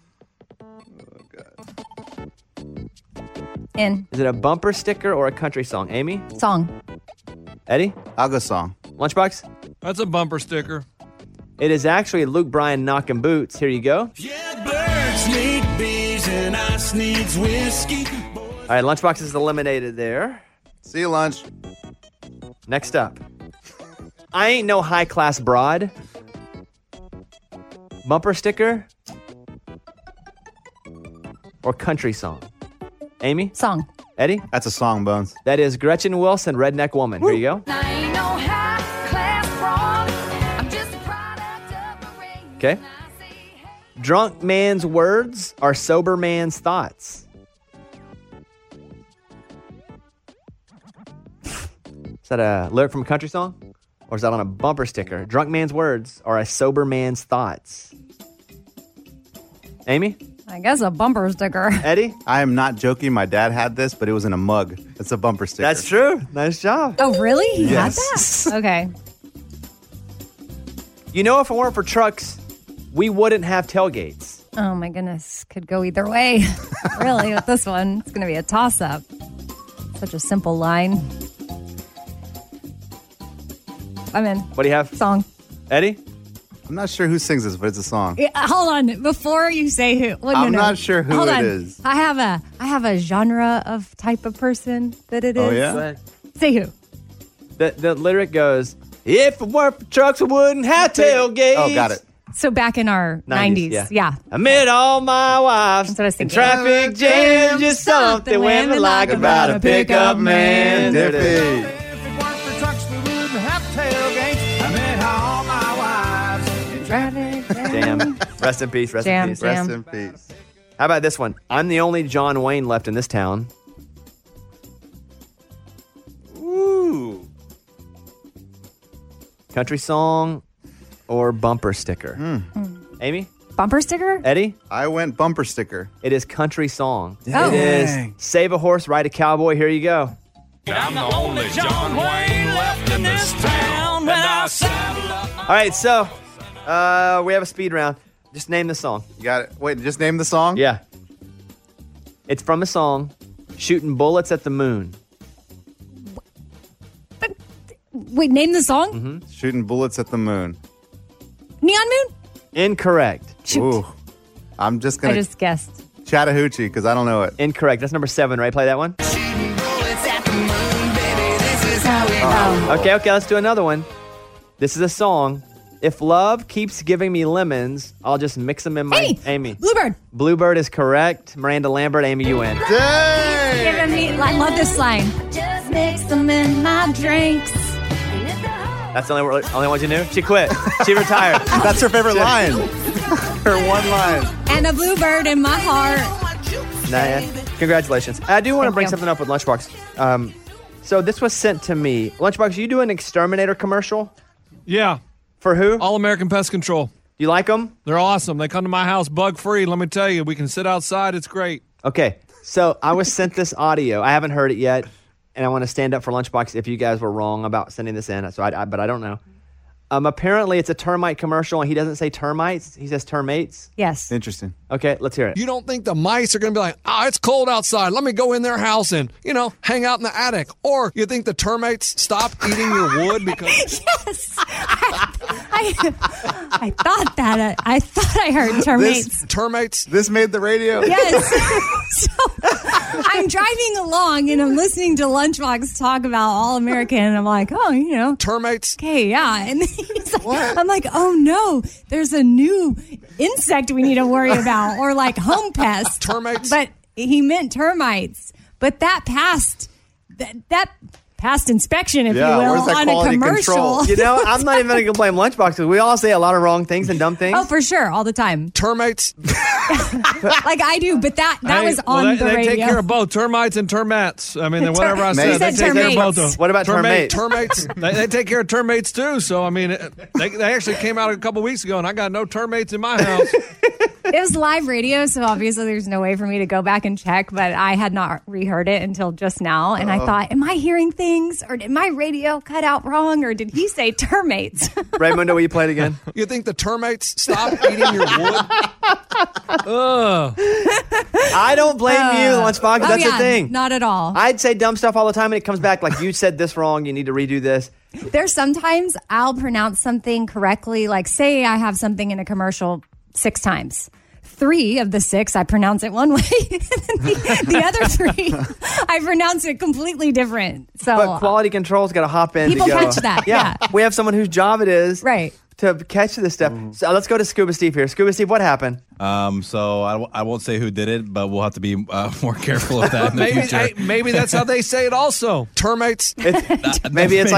In
Is it a bumper sticker or a country song? Amy?
song.
Eddie?
I'll go song.
Lunchbox?
That's a bumper sticker.
It is actually Luke Bryan knocking boots. Here you go.
Birds need bees and ice needs whiskey.
All right, Lunchbox is eliminated there.
See you, Lunch.
Next up. I ain't no high class broad. Bumper sticker or country song? Amy?
Song.
Eddie?
That's a song, Bones.
That is Gretchen Wilson, Redneck Woman. Here you go.
I ain't no high class broad. I'm just a
Okay. Drunk man's words are sober man's thoughts. Is that a lyric from a country song? Or is that on a bumper sticker? Drunk man's words are a sober man's thoughts. Amy?
I guess a bumper sticker.
Eddie?
I am not joking. My dad had this, but it was in a mug. It's a bumper sticker.
That's true. Nice job.
Oh, really? He had
Yes.
that? Okay.
You know, if it weren't for trucks, we wouldn't have tailgates.
Oh my goodness, could go either way. really, with this one, it's going to be a toss up. Such a simple line. I'm in.
What do you have?
Song.
Eddie?
I'm not sure who sings this, but it's a song.
Yeah, hold on, before you say who, well, no,
I'm
no.
not sure who
hold
it
on.
is.
I have a, I have a genre of type of person that it is.
Oh, yeah? Go ahead.
Say who?
The, the lyric goes, If it weren't for trucks, we wouldn't have tailgates.
Oh, got it. So back in our 90s,
90s,
yeah.
yeah. Amid all my wives and traffic jams, just something women like about a pickup man. There it is.
If it weren't for trucks, we wouldn't have tailgates. I met all my wives
Friday.
Damn. Rest in peace. Rest
Damn,
in peace.
damn. Rest
in peace. How about this one? I'm the only John Wayne left in this town. Ooh. Country song or bumper sticker? Hmm. Amy?
Bumper sticker?
Eddie?
I went bumper sticker.
It is country song.
Oh.
It is Save a Horse, Ride a Cowboy. Here you go.
I'm the only John Wayne left in this town when I saddle up.
All right, so uh, we have a speed round. Just name the song.
You got it. Wait, just name the song?
Yeah. It's from a song, Shooting Bullets at the Moon.
Wait, name the song?
Shooting bullets at the moon.
Mm-hmm.
Neon Moon?
Incorrect.
Ooh. I'm just
I
going to
just guessed.
Chattahoochee because I don't know it.
Incorrect. That's number seven, right? Play that one. Okay, okay, let's do another one. This is a song. If love keeps giving me lemons, I'll just mix them in my Amy.
Bluebird.
Bluebird is correct. Miranda Lambert, Amy, you win.
Giving me, I love this line. Just mix them in my drinks.
That's the only, only one you knew. She quit. She retired.
That's her favorite
She-
line. her one line.
And a bluebird in my heart.
Nah, yeah. Congratulations. I do want to bring something up with Lunchbox. Um, so this was sent to me. Lunchbox, you do an exterminator commercial.
Yeah.
For who?
All American Pest Control.
You like them?
They're awesome. They come to my house bug free. Let me tell you, we can sit outside. It's great.
Okay, so I was sent this audio. I haven't heard it yet, and I want to stand up for Lunchbox if you guys were wrong about sending this in. So I, I but I don't know. Um, apparently it's a termite commercial, and he doesn't say termites. He says termates.
Yes.
Interesting.
Okay, let's hear it.
You don't think the mice are going to be like, ah, it's cold outside. Let me go in their house and, you know, hang out in the attic. Or you think the termites stop eating your wood because.
Yes. I, I, I thought that. uh, I, I thought I heard termites.
termites.
This made the radio.
Yes. so I'm driving along and I'm listening to Lunchbox talk about All American and I'm like, oh, you know.
Termites.
Okay, yeah. And he's like, I'm like, oh no, there's a new insect we need to worry about or like home pest.
Termites.
But he meant termites. But that passed, that, that passed inspection, if you will, on a commercial.
You know, I'm not even going to blame Lunchbox because we all say a lot of wrong things and dumb things.
Oh, for sure, all the time.
Termites.
like I do, but that that
Hey,
was
well,
on
they,
the
they
radio.
take care of both termites and termites. I mean, whatever I
Termites.
said,
You
they
said
take care of both.
termites.
of them.
What about
Termate-
termates?
termates? they, they take care of termites too. So I mean, it- they, they actually came out a couple weeks ago, and I got no termites in my house.
it was live radio, so obviously there's no way for me to go back and check, but I had not reheard it until just now. And I
Uh-oh.
thought, am I hearing things or did my radio cut out wrong or did he say termites?
Raymundo, will you play it again?
You think the termites stop eating your wood? Ugh.
I don't blame you,
Uh,
Lunchbox.
oh,
That's
yeah,
the thing.
Not at all.
I'd say dumb stuff all the time, and it comes back like you said this wrong. You need to redo this.
There's sometimes I'll pronounce something correctly, like say I have something in a commercial six times. Three of the six, I pronounce it one way. and the, the other three, I pronounce it completely different. So uh,
But quality control's got to hop in. to
People
go-
catch that, yeah.
we have someone whose job it is
right
to catch this stuff.
Mm.
So let's go to Scuba Steve here. Scuba Steve, what happened?
Um, so I, w- I won't say who did it, but we'll have to be uh, more careful of that in the
maybe,
future.
hey, maybe that's how they say it. Also, termites.
Maybe it is.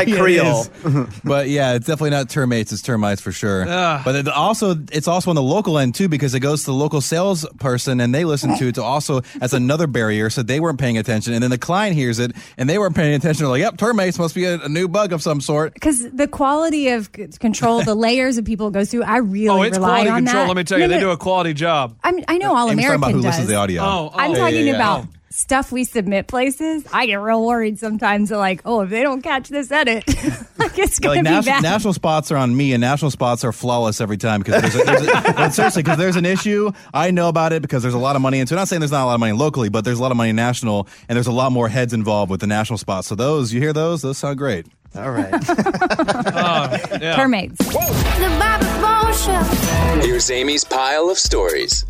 but yeah, it's definitely not termites. It's termites for sure.
Ugh.
But it also, it's also on the local end too because it goes to the local salesperson and they listen to it to also as another barrier. So they weren't paying attention, and then the client hears it and they weren't paying attention. They're like, "Yep, termites must be a, a new bug of some sort."
because the quality of c- control, the layers that people go through, I really
Oh, it's
rely
quality
on
control,
that.
let me tell you, they
do a quality job.
I'm, I know all
Amy's
American
talking about who
does.
listens to the audio. Oh, oh.
I'm
Yeah,
talking
yeah, yeah.
about
Oh.
stuff we submit places. I get real worried sometimes. They're like, oh, if they don't catch this edit, like it's
Yeah,
going to
nas-
be bad.
national spots are on me, and national spots are flawless every time. Because there's a, there's a, but seriously, because there's an issue, I know about it because there's a lot of money. And so, I'm not saying there's not a lot of money locally, but there's a lot of money national, and there's a lot more heads involved with the national spots. So those, you hear those? Those sound great.
All right.
Oh. Termites.
The Bobby Bones Show.
Here's Amy's pile of stories.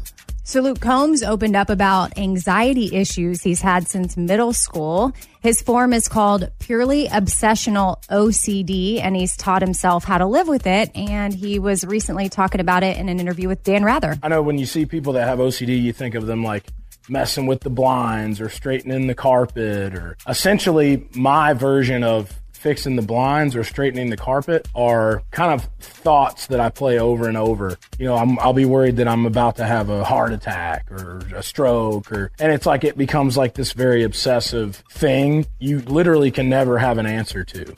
So Luke Combs opened up about anxiety issues he's had since middle school. His form is called purely obsessional OCD, and he's taught himself how to live with it. And he was recently talking about it in an interview with Dan Rather.
I know when you see people that have OCD, you think of them like messing with the blinds or straightening the carpet or essentially my version of fixing the blinds or straightening the carpet are kind of thoughts that I play over and over. You know, I'm, I'll be worried that I'm about to have a heart attack or a stroke or, and it's like it becomes like this very obsessive thing you literally can never have an answer to.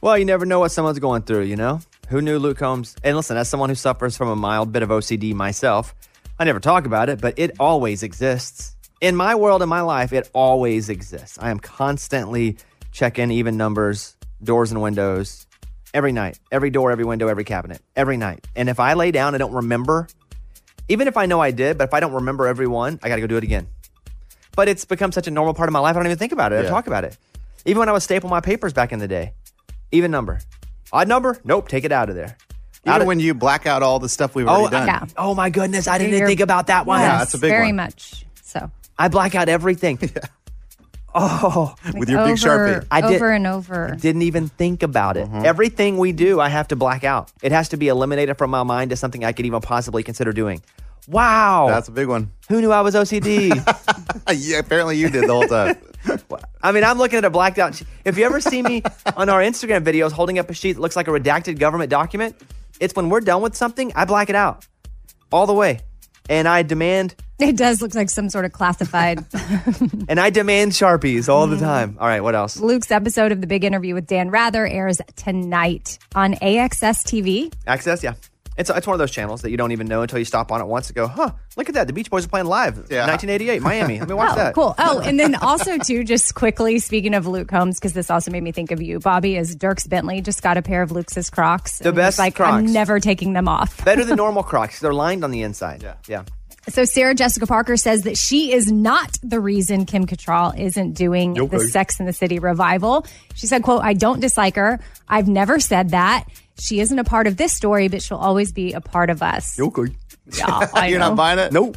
Well, you never know what someone's going through, you know? Who knew Luke Combs? And listen, as someone who suffers from a mild bit of OCD myself, I never talk about it, but it always exists. In my world, in my life, it always exists. I am constantly checking even numbers, doors and windows, every night, every door, every window, every cabinet, every night. And if I lay down, I don't remember, even if I know I did, but if I don't remember every one, I got to go do it again. But it's become such a normal part of my life, I don't even think about it. I
Yeah.
don't talk about it. Even when I was stapling my papers back in the day, even number. Odd number? Nope, take it out of there.
Even when you black out all the stuff we've
oh,
already done.
I- oh my goodness, I didn't think about that one.
Yeah, that's a big
very
one.
much. So
I black out everything. Oh,
like, over,
I did,
over and over.
didn't even think about it.
Mm-hmm.
Everything we do, I have to black out. It has to be eliminated from my mind as something I could even possibly consider doing. Wow,
That's a big one. Uh,
Who knew I was OCD?
yeah, apparently you did the whole time.
I mean, I'm looking at a blacked out. she- If you ever see me on our Instagram videos holding up a sheet that looks like a redacted government document, it's when we're done with something, I black it out all the way, and I demand
It does look like some sort of classified.
and I demand sharpies all the time. All right, what else?
Luke's episode of The Big Interview with Dan Rather airs tonight on AXS TV.
Access, yeah. It's, it's one of those channels that you don't even know until you stop on it once and go, huh, look at that. The Beach Boys are playing live. 1988, Miami. Let me watch
oh,
that.
Cool. Oh, and then also too, just quickly speaking of Luke Combs, because this also made me think of you, Bobby. Is Dirks Bentley just got a pair of Luke's Crocs?
The
and was
best
Like
Crocs.
I'm never taking them off.
Better than normal Crocs. They're lined on the inside. Yeah. Yeah.
So Sarah Jessica Parker says that she is not the reason Kim Cattrall isn't doing
Nope.
the Sex in the City revival. She said, "quote I don't dislike her. I've never said that. She isn't a part of this story, but she'll always be a part of us."
Okay.
Yeah, I
You're
know.
not buying it? Nope.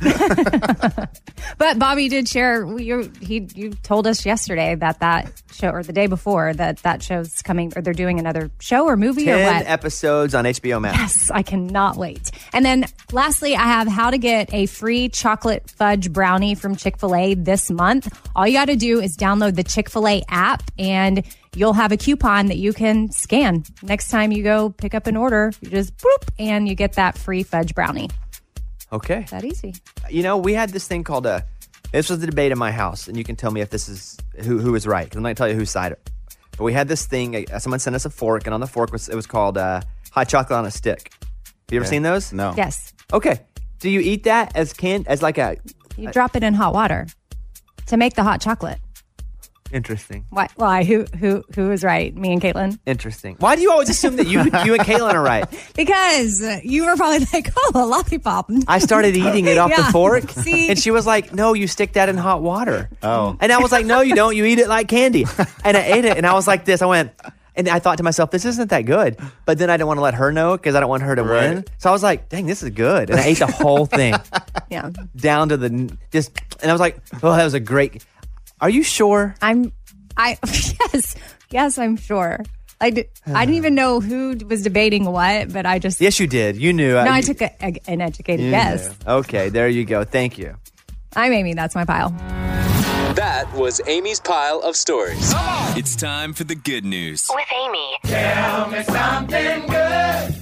But Bobby did share. You he you told us yesterday that that show or the day before that that show's coming or they're doing another show or movie or
10
what?
episodes on HBO Max.
Yes, I cannot wait. And then lastly, I have how to get a free chocolate fudge brownie from Chick fil A this month. All you got to do is download the Chick fil A app and you'll have a coupon that you can scan. Next time you go pick up an order, you just boop and you get that free fudge brownie.
Okay.
That easy.
You know, we had this thing called a. This was the debate in my house, and you can tell me if this is who who is right. 'cause I'm not gonna tell you whose side. But we had this thing. uh, Someone sent us a fork, and on the fork was it was called uh, hot chocolate on a stick. Have you ever
Okay.
seen those? No.
Yes.
Okay. Do you eat that as can as like a
You drop it in hot water to make the hot chocolate.
interesting?
Why? Why? Who? Who? Who is right? Me and Caitlin.
Interesting. Why do you always assume that you you and Caitlin are right?
Because uh, you were probably like, oh, a lollipop.
I started eating it off
Yeah.
the fork,
See,
and she was like, "No, you stick that in hot water."
Oh.
And I was like, no, you don't. You eat it like candy. And I ate it. And I was like, this. I went, and I thought to myself, this isn't that good. But then I didn't want to let her know because I don't want her to win. So I was like, dang, this is good. And I ate the whole thing
yeah.
down to the just, and I was like, oh, that was a great. Are you sure?
I'm, I, yes, yes, I'm sure. I, d- I didn't even know who was debating what, but I just,
Yes, you did. You knew. Uh,
no,
you-
I took a, a- an educated
you
guess.
knew. Okay, there you go. Thank you.
I'm Amy. That's my pile.
That was Amy's pile of stories. It's time for the good news.
With Amy.
Tell me something good.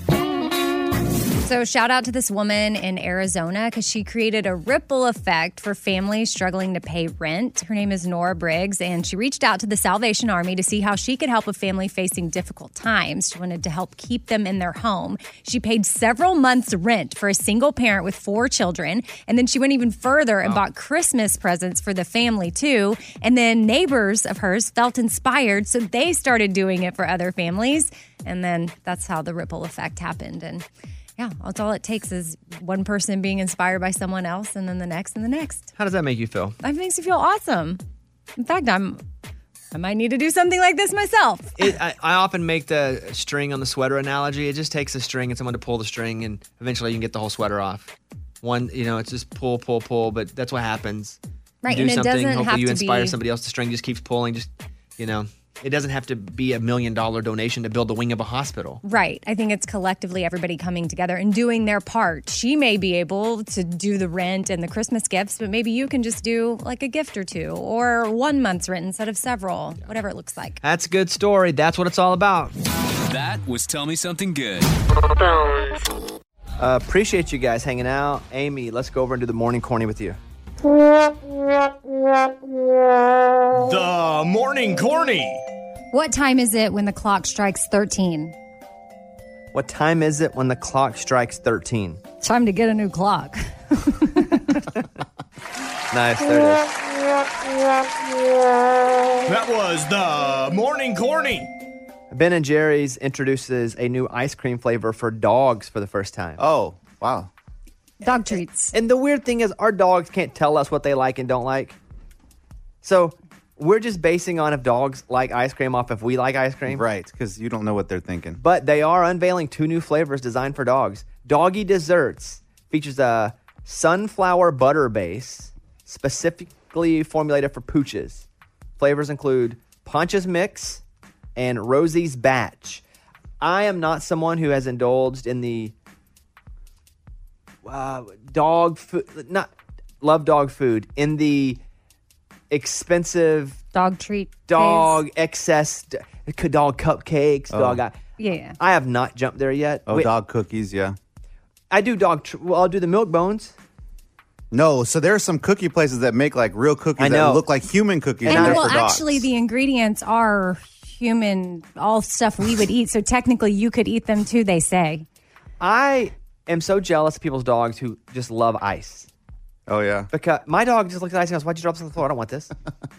So, shout out to this woman in Arizona because she created a ripple effect for families struggling to pay rent. Her name is Nora Briggs, and she reached out to the Salvation Army to see how she could help a family facing difficult times. She wanted to help keep them in their home. She paid several months' rent for a single parent with four children, and then she went even further and bought Christmas presents for the family, too. And then neighbors of hers felt inspired, so they started doing it for other families. And then that's how the ripple effect happened. And yeah, that's all it takes is one person being inspired by someone else, and then the next, and the next.
How does that make you feel?
That makes you feel awesome. In fact, I'm, I might need to do something like this myself.
It, I, I often make the string on the sweater analogy. It just takes a string and someone to pull the string, and eventually you can get the whole sweater off. One, you know, it's just pull, pull, pull, but that's what happens.
Right,
You do
and it
something,
doesn't
hopefully
have
you
to
inspire
be-
somebody else. The string just keeps pulling, just, you know. It doesn't have to be a million dollar donation to build the wing of a hospital.
Right. I think it's collectively everybody coming together and doing their part. She may be able to do the rent and the Christmas gifts, but maybe you can just do like a gift or two or one month's rent instead of several, whatever it looks like.
That's a good story. That's what it's all about.
That was Tell Me Something Good.
Uh, appreciate you guys hanging out. Amy, let's go over and do the morning corny with you.
The morning corny.
What time is it when the clock strikes 13?
What time is it when the clock strikes 13?
Time to get a new clock.
Nice, there it is.
That was the morning corny.
Ben and Jerry's introduces a new ice cream flavor for dogs for the first time.
Oh, wow.
Dog treats.
And the weird thing is, our dogs can't tell us what they like and don't like. So we're just basing on if dogs like ice cream off if we like ice cream.
Right, because you don't know what they're thinking.
But they are unveiling two new flavors designed for dogs. Doggy Desserts features a sunflower butter base specifically formulated for pooches. Flavors include Ponch's Mix and Rosie's Batch. I am not someone who has indulged in the uh, dog food, not love dog food, in the expensive
dog treat.
dog excess, d- dog cupcakes,
Oh.
dog. I,
Yeah.
I have not jumped there yet.
Oh,
Wait,
dog cookies, yeah.
I do dog. Tr- well, I'll do the milk bones.
No, so there are some cookie places that make like real cookies
I know.
that look like human cookies.
And
and they're
well,
for dogs.
actually, the ingredients are human, all stuff we would eat. So technically, you could eat them too, they say.
I am so jealous of people's dogs who just love ice.
Oh yeah,
because my dog just looks at ice and goes, "Why'd you drop this on the floor? I don't want this."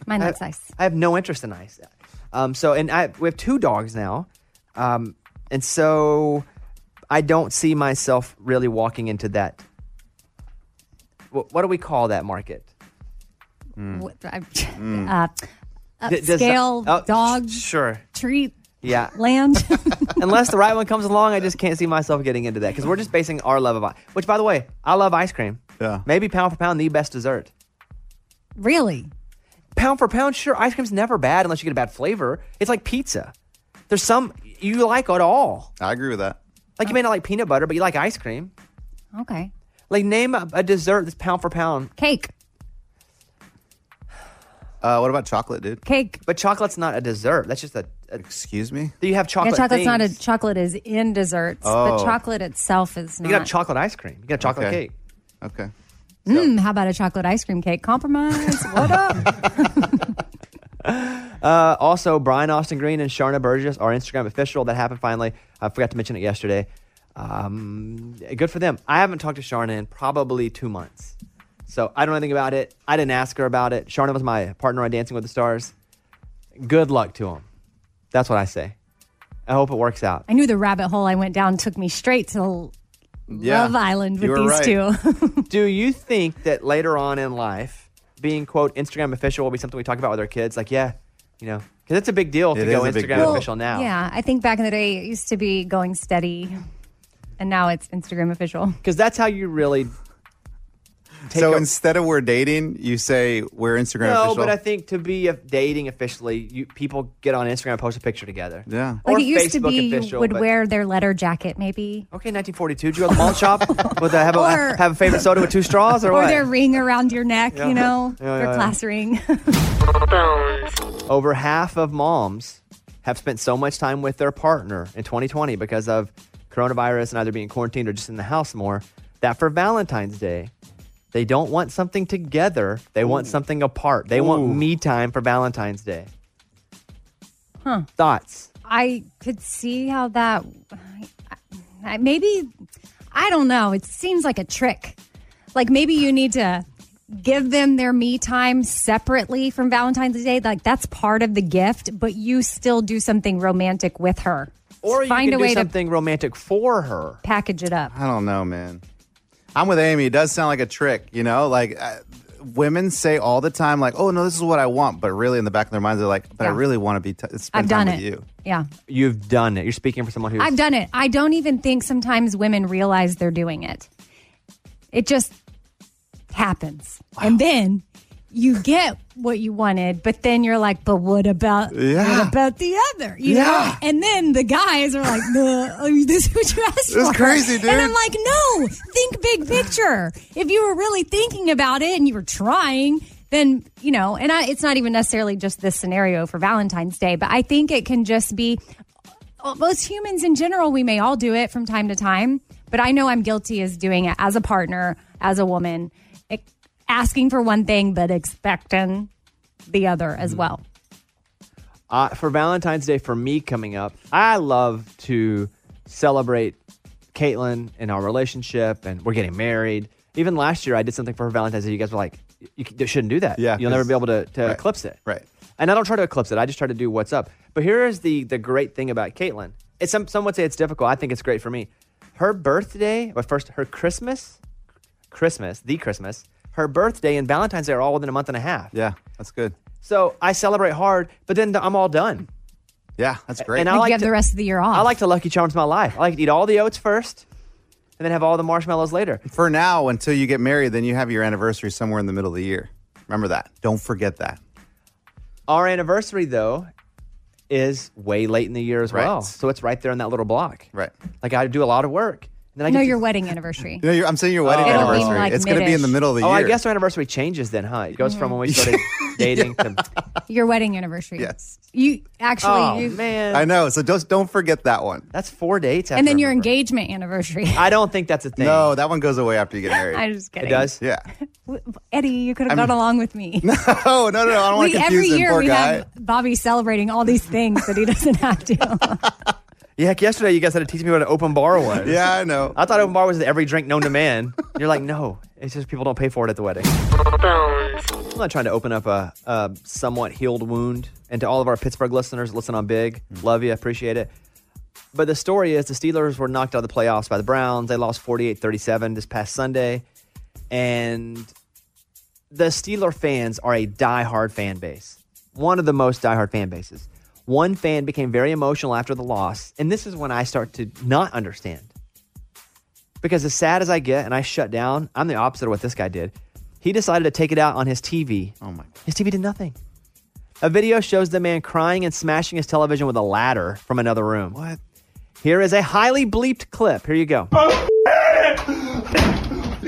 Mine likes ice.
I have no interest in ice. Um, so, and I we have two dogs now, um, and so I don't see myself really walking into that. What, what do we call that market?
What, I,
Mm.
uh,
D- does that-
upscale
oh,
dog
Sure.
treat
Yeah.
land.
Unless the right one comes along, I just can't see myself getting into that because we're just basing our love of ice. Which, by the way, I love ice cream. Yeah. Maybe pound for pound, the best dessert.
Really?
Pound for pound, sure. Ice cream's never bad unless you get a bad flavor. It's like pizza. There's some you like at all.
I agree with that.
Like you may not like peanut butter, but you like ice cream.
Okay.
Like name a, a dessert that's pound for pound.
Cake.
Uh, what about chocolate, dude?
Cake.
But chocolate's not a dessert. That's just a. Excuse
me.
You have chocolate.
yeah, chocolate's not
things.
a chocolate is in desserts, but
Oh.
chocolate itself is
You can have
not.
chocolate ice cream. You can have chocolate
Okay.
cake.
Okay.
Mm, how about a chocolate ice cream cake? Compromise. what up?
Uh, also, Brian Austin Green and Sharna Burgess are Instagram official. That happened finally. I forgot to mention it yesterday. Um, good for them. I haven't talked to Sharna in probably two months. So I don't know anything about it. I didn't ask her about it. Sharna was my partner on Dancing with the Stars. Good luck to them. That's what I say. I hope it works out.
I knew the rabbit hole I went down took me straight to Love Island with these two.
Do you think that later on in life, being quote Instagram official will be something we talk about with our kids? Like, yeah, you know, because it's a big deal
It
to go
is a big
Instagram
deal.
official now.
Yeah, I think back in the day it used to be going steady, and now it's Instagram official.
Because that's how you really.
so instead of we're dating, you say we're Instagram
no,
official.
but I think to be a dating officially, you people get on Instagram, and post a picture together.
Yeah,
Like it used to
Facebook
be,
official,
you would
but-
wear their leather jacket maybe,
Okay, 1942. Did you go to the malt shop with a, have, a,
Or-
have a favorite soda with two straws or,
or,
what?
their ring around your neck.
Yeah.
You know,
Yeah,
their
yeah,
class ring.
Over half of moms have spent so much time with their partner in 2020 because of coronavirus and either being quarantined or just in the house more that for Valentine's Day, they don't want something together. They want something apart. They want me time for Valentine's Day.
huh?
Thoughts?
I could see how that I, maybe I don't know. It seems like a trick. Like maybe you need to give them their me time separately from Valentine's Day. Like that's part of the gift, but you still do something romantic with her.
Or you
Find
can
a way
do
to-
something romantic for her.
Package it up.
I don't know, man. I'm with Amy. It does sound like a trick, you know? Like uh, women say all the time, like, "Oh no, this is what I want," but really in the back of their minds, they're like, "But I
Yeah.
really want to be t- spend
I've
time
done
with
it.
you."
Yeah.
You've done it. You're speaking for someone who's
I've done it. I don't even think sometimes women realize they're doing it. It just happens. And then you get what you wanted, but then you're like, but what about
Yeah.
what about the other? You
Yeah.
know? And then the guys are like, "Nah, I mean, this is what you asked
This is
for.
crazy, dude.
And I'm like, no, think big picture. If you were really thinking about it and you were trying, then you know, and I, it's not even necessarily just this scenario for Valentine's Day, but I think it can just be most humans in general, we may all do it from time to time, but I know I'm guilty as doing it as a partner, as a woman, e- asking for one thing but expecting the other
Hmm.
as well.
uh, for Valentine's Day for me coming up, I love to celebrate Caitlin and our relationship, and we're getting married. Even last year, I did something for her Valentine's Day. You guys were like, "You, you shouldn't do that.
Yeah,
you'll never
'cause-
be able to, to
right,
eclipse it."
right.
And I don't try to eclipse it. I just try to do what's up. But here is the the great thing about Caitlin. It's some some would say it's difficult. I think it's great for me. Her birthday, but first her Christmas, Christmas, the Christmas, her birthday and Valentine's Day are all within a month and a half.
Yeah, that's good.
So I celebrate hard, but then I'm all done.
Yeah, that's great.
And I
Like,
like
you have
to-
the rest of the year off.
I like to Lucky Charms my life. I like to eat all the oats first and then have all the marshmallows later.
For now, until you get married, then you have your anniversary somewhere in the middle of the year. Remember that. Don't forget that.
Our anniversary, though, is way late in the year as
Right.
well. So it's right there in that little block.
Right.
Like I do a lot of work. And then I get
no,
to-
your wedding anniversary.
No, you're, I'm saying your wedding
Oh. It'll be
anniversary.
like
it's going to be in the
mid-ish.
middle of the
Oh,
year.
I guess our anniversary changes then, huh? It goes from when we started dating to.
your wedding anniversary.
Yes.
You actually.
Oh,
you,
man.
I know. So just don't forget that one.
That's four dates.
And then your engagement anniversary.
I don't think that's a thing.
No, that one goes away after you get married.
I'm just kidding.
It does?
Yeah.
Eddie, you could have
I'm-
gone along with me.
Oh, no, no, no. I don't want
we,
to
every
confuse him,
year
poor
we
guy.
have Bobby celebrating all these things that he doesn't have to.
Yeah, heck, yesterday you guys had to teach me what an open bar was.
yeah, I know.
I thought open bar was every drink known to man. You're like, no, it's just people don't pay for it at the wedding. I'm not trying to open up a, a somewhat healed wound. And to all of our Pittsburgh listeners, listen on big.
Mm.
Love you. Appreciate it. But the story is the Steelers were knocked out of the playoffs by the Browns. They lost 48 37 this past Sunday. And the Steeler fans are a diehard fan base, one of the most diehard fan bases. One fan became very emotional after the loss. And this is when I start to not understand. Because as sad as I get and I shut down, I'm the opposite of what this guy did. He decided to take it out on his TV. Oh my God. His TV did nothing. A video shows the man crying and smashing his television with a ladder from another room. What? Here is a highly bleeped clip. Here you go.
You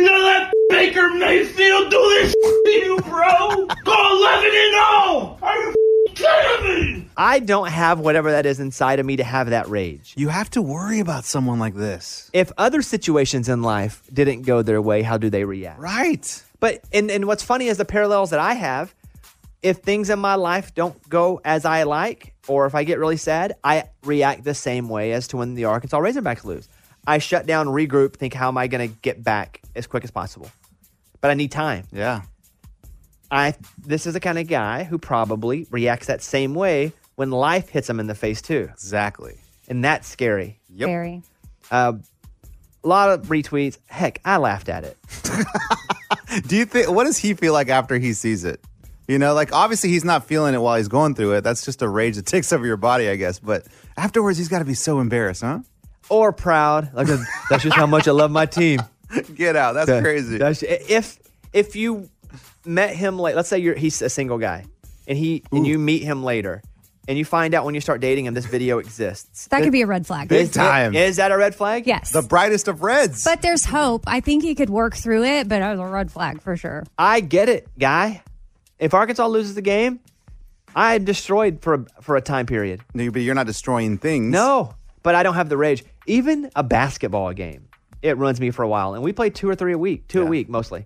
know that Baker Mayfield do this to you, bro? Go 11 and oh. 0! Are you kidding me?
I don't have whatever that is inside of me to have that rage.
You have to worry about someone like this.
If other situations in life didn't go their way, how do they react?
Right.
But and, and what's funny is the parallels that I have. If things in my life don't go as I like, or if I get really sad, I react the same way as to when the Arkansas Razorbacks lose. I shut down, regroup, think how am I going to get back as quick as possible. But I need time.
Yeah.
I this is the kind of guy who probably reacts that same way when life hits him in the face too.
Exactly.
And that's scary.
Yep.
Very.
Uh, a lot of retweets. Heck, I laughed at it.
Do you think what does he feel like after he sees it? You know, like obviously he's not feeling it while he's going through it. That's just a rage that takes over your body, I guess. But afterwards, he's got to be so embarrassed, huh?
Or proud. Like that's just how much I love my team.
Get out. That's
That-
crazy.
that's- if if you met him late, let's say you're he's a single guy, and he and you meet him later, and you find out when you start dating him, this video exists.
That could be a red flag.
Big time.
Is that a red flag?
Yes.
the brightest of reds.
but there's hope. I think he could work through it, but it was a red flag for sure.
I get it, guy. If Arkansas loses the game, I am destroyed for a, for a time period.
No, but you're not destroying things.
No, but I don't have the rage. Even a basketball game, it runs me for a while, and we play two or three a week, two a week mostly.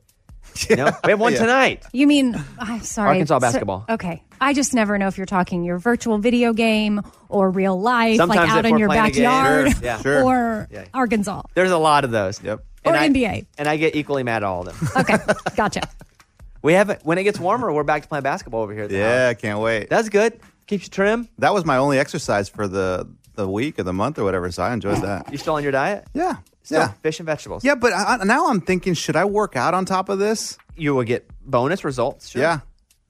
You know, we have one
Yeah.
tonight.
You mean, I'm sorry.
Arkansas
So-
basketball.
okay. I just never know if you're talking your virtual video game or real life,
Sometimes
like out
if
in
we're
your
playing a game.
backyard
Sure, yeah.
Sure.
or
Yeah.
Arkansas
There's a lot of those. Yep.
or
And I-
NBA.
and I get equally mad at all of them.
Okay. Gotcha.
We haven't. When it gets warmer, we're back to playing basketball over here. at the house.
Yeah, I can't wait.
that's good. Keeps you trim.
That was my only exercise for the the week or the month or whatever. So I enjoyed that.
You still on your diet?
Yeah.
Still
yeah.
Fish and vegetables.
Yeah, but I, I- now I'm thinking, should I work out on top of this?
You will get bonus results. Sure.
Yeah.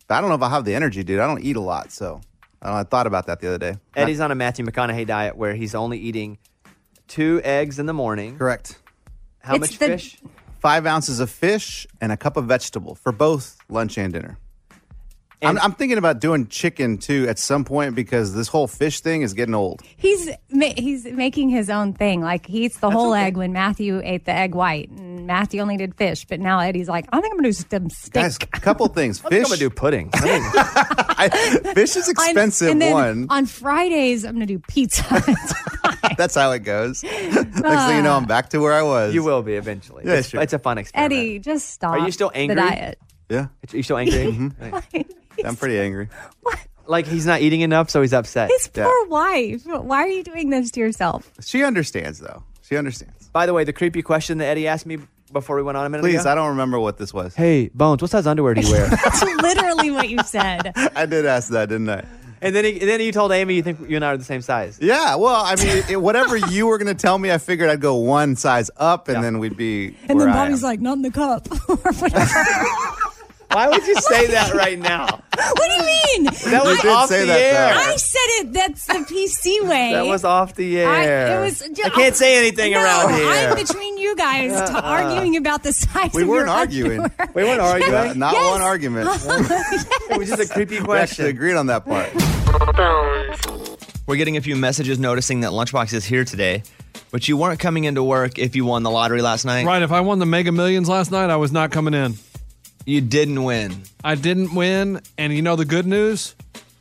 But I don't know if I have the energy, dude. I don't eat a lot, so I, don't know, I thought about that the other day.
Eddie's on a Matthew McConaughey diet where he's only eating two eggs in the morning.
Correct.
How
It's
much
the-
fish?
Five ounces of fish and a cup of vegetable for both lunch and dinner. I'm, I'm thinking about doing chicken too at some point because this whole fish thing is getting old.
He's ma- he's making his own thing. Like he eats the whole egg when Matthew ate the egg white, and Matthew only did fish. But now Eddie's like, I think I'm gonna do some steak.
Guys, a couple things. Fish. I'm gonna do
pudding.
fish is
On-
expensive.
and then
one.
on Fridays, I'm gonna do pizza.
That's how it goes. Next thing you know, I'm back to where I was. You
will be eventually.
Yeah,
It's-
sure.
it's a fun experience.
Eddie, just stop.
Are you still angry?
The diet.
Yeah. Mm-hmm.
Are you still angry?
I'm pretty angry.
Like he's not eating enough, so he's upset.
His poor wife. Why are you doing this to yourself?
She understands, though. She understands.
By the way, the creepy question that Eddie asked me before we went on a minute
Please,
ago.
I don't remember what this was.
Hey, Bones, what size underwear do you wear?
That's literally what you said.
I did ask that, didn't I?
and then he, and then you told Amy you think you and I are the same size.
Yeah. Well, I mean, it, whatever you were going to tell me, I figured I'd go one size up, and then we'd be.
And
where
then
I am.
Bobby's like, not in the cup.
Why would you say that right now?
what do you mean?
That was You did off say the that, air. though.
I said it. That's the PC way.
That was off the air.
I, it was,
I can't say anything
No,
around here.
I'm between you guys to
Uh-uh.
arguing about the size
We
of
weren't
your
arguing.
underwear.
We weren't arguing.
Not, not
Yes.
one argument.
it was just a creepy
We actually agreed on that part.
We're getting a few messages noticing that Lunchbox is here today, but you weren't coming into work if you won the lottery last night.
Right, if I won the Mega Millions last night, I was not coming in.
You didn't win.
I didn't win, and you know the good news?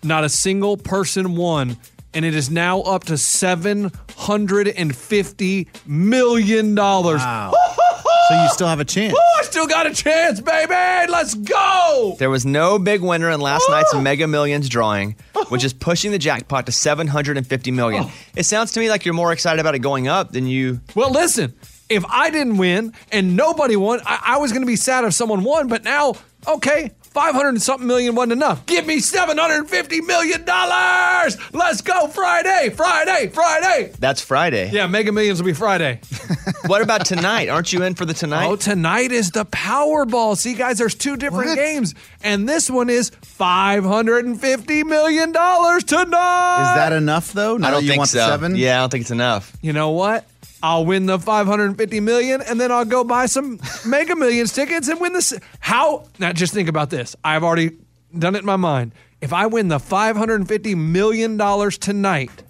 Not a single person won, and it is now up to seven hundred and fifty million dollars.
So you still have a chance.
I still got a chance, baby. Let's go. Oh!
There was no big winner in last night's Mega Millions drawing, which is pushing the jackpot to 750 million. It sounds to me like you're more excited about it going up than you.
Oh. Well, listen, if I didn't win and nobody won, I, I was going to be sad if someone won, but now, okay, 500 and something million wasn't enough. Give me $750 million. Let's go Friday, Friday, Friday.
That's Friday.
Yeah, Mega Millions will be Friday.
what about tonight? Aren't you in for the tonight?
Oh, tonight is the Powerball. See, guys, there's two different games, and this one is $550 million tonight. Is that
enough, though?
I don't think so. Yeah, I don't think it's enough.
you know what? I'll win the 550 million and then I'll go buy some Mega Millions tickets and win this. How? Now, just think about this. I've already done it in my mind. If I win the $550 million tonight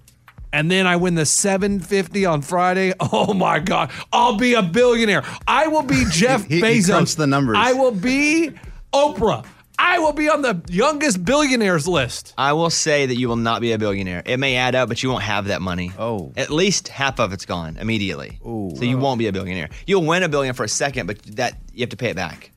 and then I win the 750 on Friday, oh my God, I'll be a billionaire. I will be Jeff
He- he
Bezos.
crunched the numbers.
I will be Oprah. I will be on the youngest billionaires list.
I will say that you will not be a billionaire. It may add up, but you won't have that money. Oh. At least half of it's gone immediately. So you won't be a billionaire. You'll win a billion for a second, but that you have to pay it back.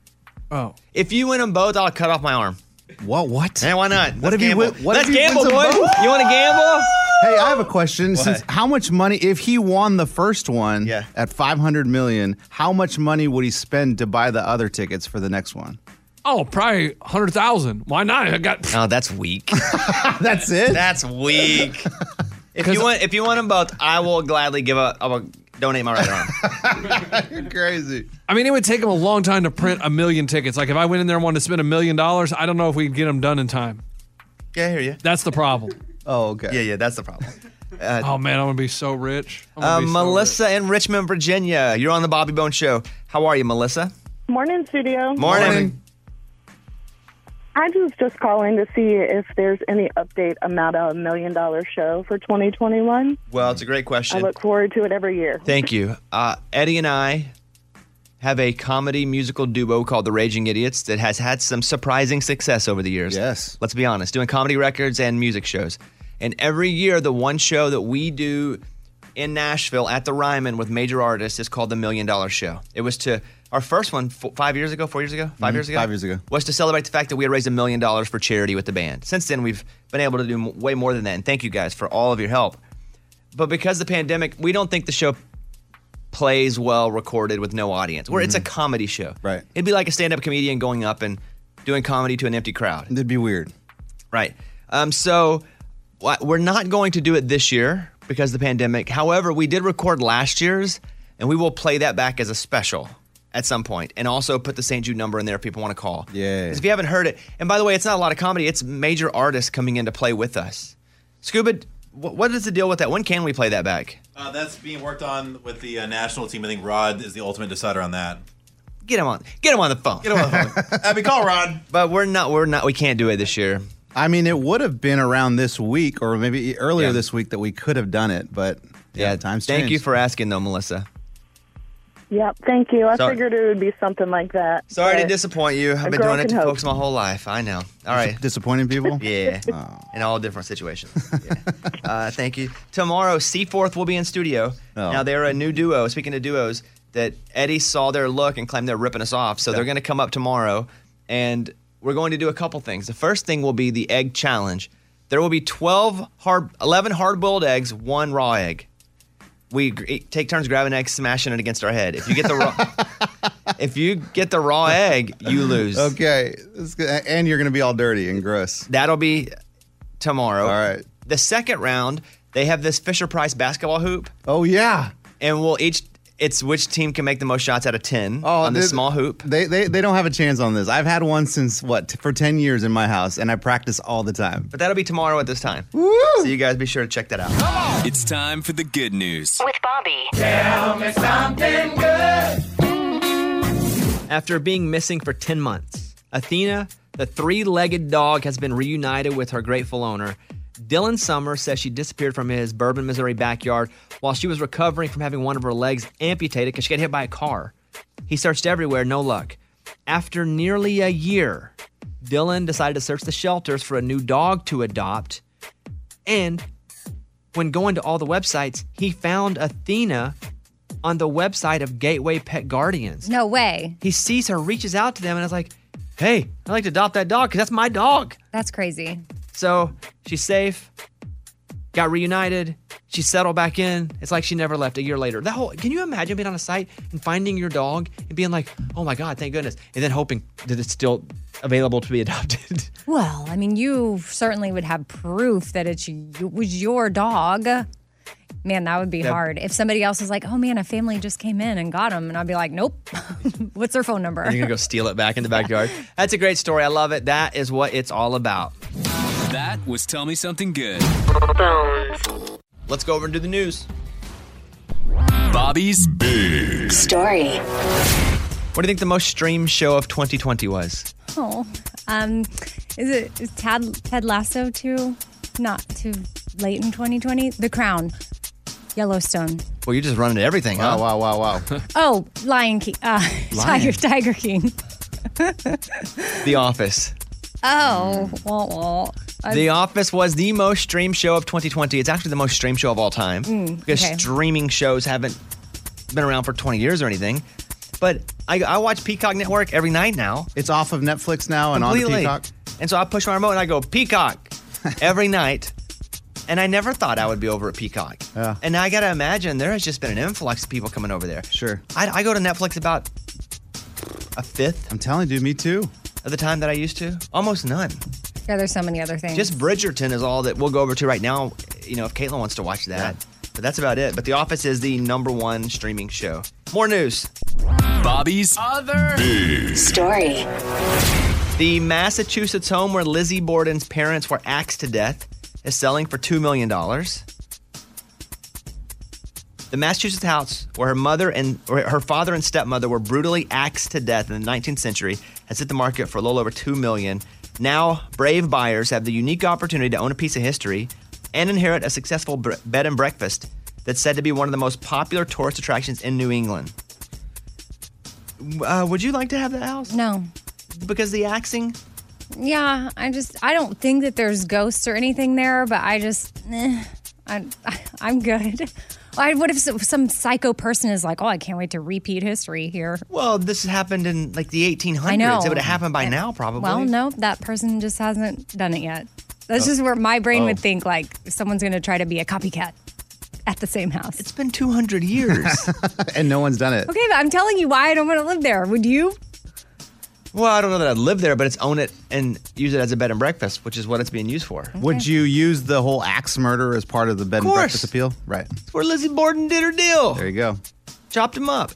Oh.
If you win them both, I'll cut off my arm.
What? What?
And why not?
What
Let's
if you
gamble.
win- what
Let's
if he wins
gamble,
them
boys.
both?
You want to gamble?
Hey, I have a question. Since
What?
how much money, if he won the first one at 500 million, how much money would he spend to buy the other tickets for the next one?
Oh, probably hundred thousand. Why not? I got.
Oh, that's weak.
that's it.
That's weak. If you want, if you want them both, I will gladly give up. I will donate my right arm.
You're crazy.
I mean, it would take them a long time to print a million tickets. Like if I went in there and wanted to spend a million dollars, I don't know if we'd get them done in time.
Yeah, I hear you.
That's the problem.
Oh, okay.
Yeah, yeah, that's the problem.
oh man, I'm gonna be so rich. I'm gonna
Uh,
be so
Melissa in Richmond, Virginia. You're on the Bobby Bone Show. How are you, Melissa?
Morning, studio.
Morning.
I was just calling to see if there's any update about a million dollar show for 2021.
Well, it's a great
I
question.
look forward to it every year.
Thank you. Uh, Eddie and I have a comedy musical duo called The Raging Idiots that has had some surprising success over the years. Yes. Let's be honest, doing comedy records and music shows. And every year, the one show that we do in Nashville at the Ryman with major artists is called The Million Dollar Show. It was to our first one f- five years ago, four years ago,
Mhm,
5 Mm-hmm. years ago?
five years ago.
was to celebrate the fact that we had raised a million dollars for charity with the band. Since then, we've been able to do m- way more than that. And thank you guys for all of your help. But because of the pandemic, we don't think the show plays well recorded with no audience. Where it's a comedy show, Mm-hmm. right? It'd be like a stand-up comedian going up and doing comedy to an empty crowd. It'd be weird, right? Um, so wh- we're not going to do it this year because of the pandemic. However, we did record last year's, and we will play that back as a special at some point, and also put the St. Jude number in there if people want to call. Yeah. If you haven't heard it, and by the way, it's not a lot of comedy. It's major artists coming in to play with us. Scuba, wh- what is the deal with that? When can we play that back?
Uh, that's being worked on with the uh, national team. I think Rod is the ultimate decider on that.
Get him on. Get him on the phone. Get him on the phone. Abby, call Rod. But we're not. We're not. We can't do it this year.
I mean, it would have been around this week or maybe earlier this week that we could have done it, but yeah, times.
Thank you
changed.
for asking, though, Melissa.
Yep, thank you. I
Sorry.
figured it would be something like that.
Sorry to
but-
disappoint you. I've
a
been
girl
doing it
can
to
hope.
folks my whole life. I know. All right.
Disappointing people?
Yeah. In all different situations. Yeah. uh, thank you. Tomorrow, Seaforth will be in studio. Now, they're a new duo. Speaking of duos, that Eddie saw their look and claimed they're ripping us off. So they're going to come up tomorrow. And we're going to do a couple things. The first thing will be the egg challenge. There will be 12 hard, 11 hard boiled eggs, one raw egg. We gr- take turns grabbing eggs, smashing it against our head. If you get the raw, if you get the raw egg, you lose.
Okay, This is- and you're going to be all dirty and gross.
That'll be tomorrow. All right. The second round, they have this Fisher Price basketball hoop.
Oh yeah.
And we'll each it's which team can make the most shots out of ten on this
they-
small hoop.
Uh, They, they they don't have a chance on this. I've had one since what t- for ten years in my house, and I practice all the time.
But that'll be tomorrow at this time. So you guys be sure to check that out. It's time for the good news.
With Bobby.
Tell me something good.
After being missing for 10 months, Athena, the three legged dog, has been reunited with her grateful owner. Dylan Summer says she disappeared from his Bourbon, Missouri backyard while she was recovering from having one of her legs amputated because she got hit by a car. He searched everywhere, no luck. After nearly a year, Dylan decided to search the shelters for a new dog to adopt. And when going to all the websites, he found Athena on the website of Gateway Pet Guardians
No way.
he sees her, reaches out to them, and is like, "Hey, I'd like to adopt that dog because that's my dog."
That's crazy.
So she's safe, got reunited, she settled back in. It's like she never left. A year later, that whole can you imagine being on a site and finding your dog and being like, "Oh my god, thank goodness," and then hoping that it's still available to be adopted.
Well, I mean, you certainly would have proof that it's y- it was your dog. Man, that would be
That-
hard. If somebody else was like, "Oh man, a family just came in and got him," and I'd be like, "Nope." What's their phone number?
And you're gonna go steal it back in the backyard. That's a great story. I love it. That is what it's all about.
That was Tell Me Something Good.
Let's go over and do the news.
Bobby's Big
Story.
What do you think the most streamed show of 2020 was?
Oh, um, is it is Tad Ted Lasso too? Not too late in 2020. The Crown, Yellowstone.
Well, you're just running to everything. Wow,
Oh, wow, wow, wow.
Oh, Lion King. Uh, Tiger
Lion.
Tiger King.
the Office.
Oh, wah, wah. I-
The Office was the most streamed show of 2020. It's actually the most streamed show of all time
Mm,
because
okay.
streaming shows haven't been around for 20 years or anything. But I, I watch Peacock Network every night now.
It's off of Netflix now and onto
Completely.
Peacock?
And so I push my remote and I go Peacock every night. And I never thought I would be over at Peacock. Yeah. And I got to imagine there has just been an influx of people coming over there. Sure. I, I go to Netflix about a fifth.
I'm telling you, me too.
Of the time that I used to, almost none.
yeah, there's so many other things.
Just Bridgerton is all that we'll go over to right now. You know, if Caitlin wants to watch that, but that's about it. But The Office is the number one streaming show. More news.
Bobby's
other
Big
Story.
The Massachusetts home where Lizzie Borden's parents were axed to death is selling for two million dollars. The Massachusetts house where her mother and where her father and stepmother were brutally axed to death in the 19th century has hit the market for a little over two million. Now, brave buyers have the unique opportunity to own a piece of history and inherit a successful br- bed and breakfast that's said to be one of the most popular tourist attractions in New England. Uh, would you like to have that house?
No.
Because the axing?
Yeah, I just I don't think that there's ghosts or anything there, but I just eh, I, I'm good. I, what if some, some psycho person is like, "Oh, I can't wait to repeat history here."
Well, this happened in like the 1800s.
I know.
It would have happened by now, probably.
Well, no, that person just hasn't done it yet. That's
Oh.
just where my brain would
Oh.
think like someone's going to try to be a copycat at the same house. It's
been 200 years.
and no one's done it.
Okay, but I'm telling you why I don't want to live there. Would you?
Well, I don't know that I'd live there, but it's own it and use it as a bed and breakfast, which is what it's being used for.
Would you use the whole axe murder as part of the bed and
course.
breakfast appeal? Right.
That's where Lizzie Borden did her deal.
There you go.
Chopped him up.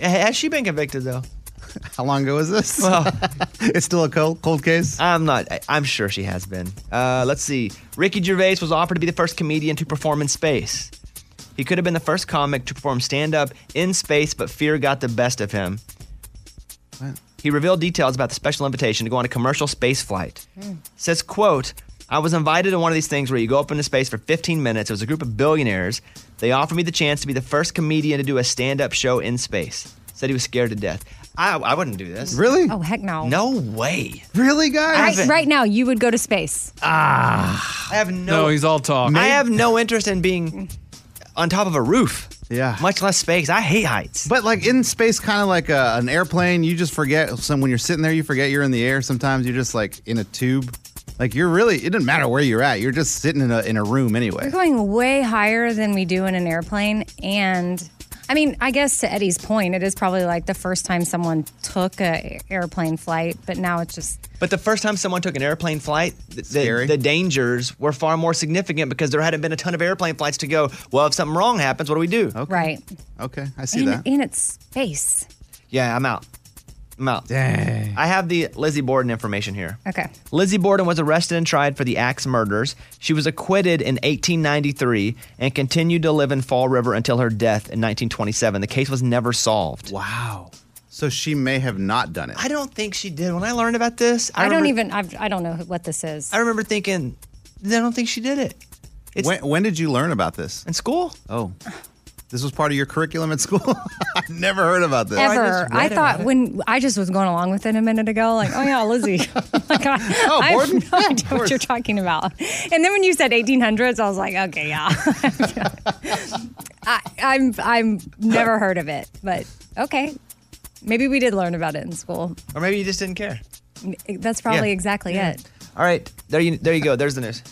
Ha- Has she been convicted, though?
How long ago was this?
Well,
it's still a cold, cold case?
I'm not. I, I'm sure she has been. Uh, let's see. Ricky Gervais was offered to be the first comedian to perform in space. He could have been the first comic to perform stand up in space, but fear got the best of him. He revealed details about the special invitation to go on a commercial space flight. Says, quote, I was invited to one of these things where you go up into space for 15 minutes. It was a group of billionaires. They offered me the chance to be the first comedian to do a stand-up show in space. Said he was scared to death. I, I wouldn't do this. Really?
Oh heck no.
No way.
Really, guys?
Right, right now, you would go to space.
Ah. I have no.
No, he's all talk.
I have no interest in being on top of a roof.
Yeah.
Much less space. I hate heights.
But like in space, kind of like a, an airplane, you just forget. Some when you're sitting there, you forget you're in the air. Sometimes you're just like in a tube. Like you're really. It doesn't matter where you're at. You're just sitting in a in a room
We're
anyway.
going way higher than we do in an airplane. And I mean, I guess to Eddie's point, it is probably like the first time someone took a airplane flight, but now it's just
But the first time someone took an airplane flight, th- the, the dangers were far more significant because there hadn't been a ton of airplane flights to go. Well, if something wrong happens, what do we do? Okay.
right.
Okay, I
and, and it's space.
Yeah, I'm out. I'm out. Dang. I have the Lizzie Borden information here.
Okay.
Lizzie Borden was arrested and tried for the Axe murders. She was acquitted in 1893 and continued to live in Fall River until her death in 1927. The case was never solved.
Wow. So she may have not done it.
I don't think she did. When I learned about this, I,
I, don't
remember-
even, I've, I don't know who- what this is.
I remember thinking, I don't think she did it. It's-
when, when did you learn about this?
In school.
Oh, this was part of your curriculum at school. I never heard about this.
Ever. I, thought when I just was going along with it a minute ago, like, oh yeah, Lizzie. like, I, oh, I have
Borden?
no idea what you're talking about. And then when you said 1800s, I was like, okay, yeah. I, I'm, I'm never heard of it, but okay. Maybe we did learn about it in school.
Or maybe you just didn't care.
That's probably
Yeah.
exactly
Yeah.
it.
All right, there you there you go. There's the news.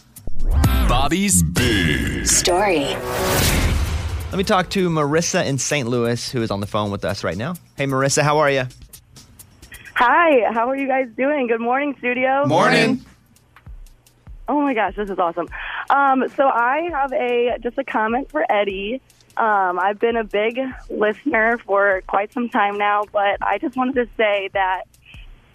Bobby's big
story.
Let me talk to Marissa in St. Louis, who is on the phone with us right now. Hey, Marissa, how are you?
Hi, how are you guys doing? Good morning, studio. Morning. Oh my gosh, this is awesome. Um, so I have a just a comment for Eddie. Um, I've been a big listener for quite some time now, but I just wanted to say that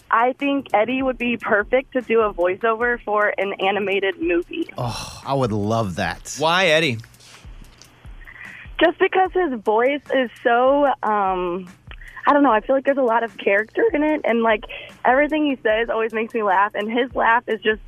I think Eddie would be perfect to do a voiceover for an animated movie.
Oh, I would love that.
Why, Eddie?
Just because his voice is so, um, I don't know, I feel like there's a lot of character in it. And like everything he says always makes me laugh. And his laugh is just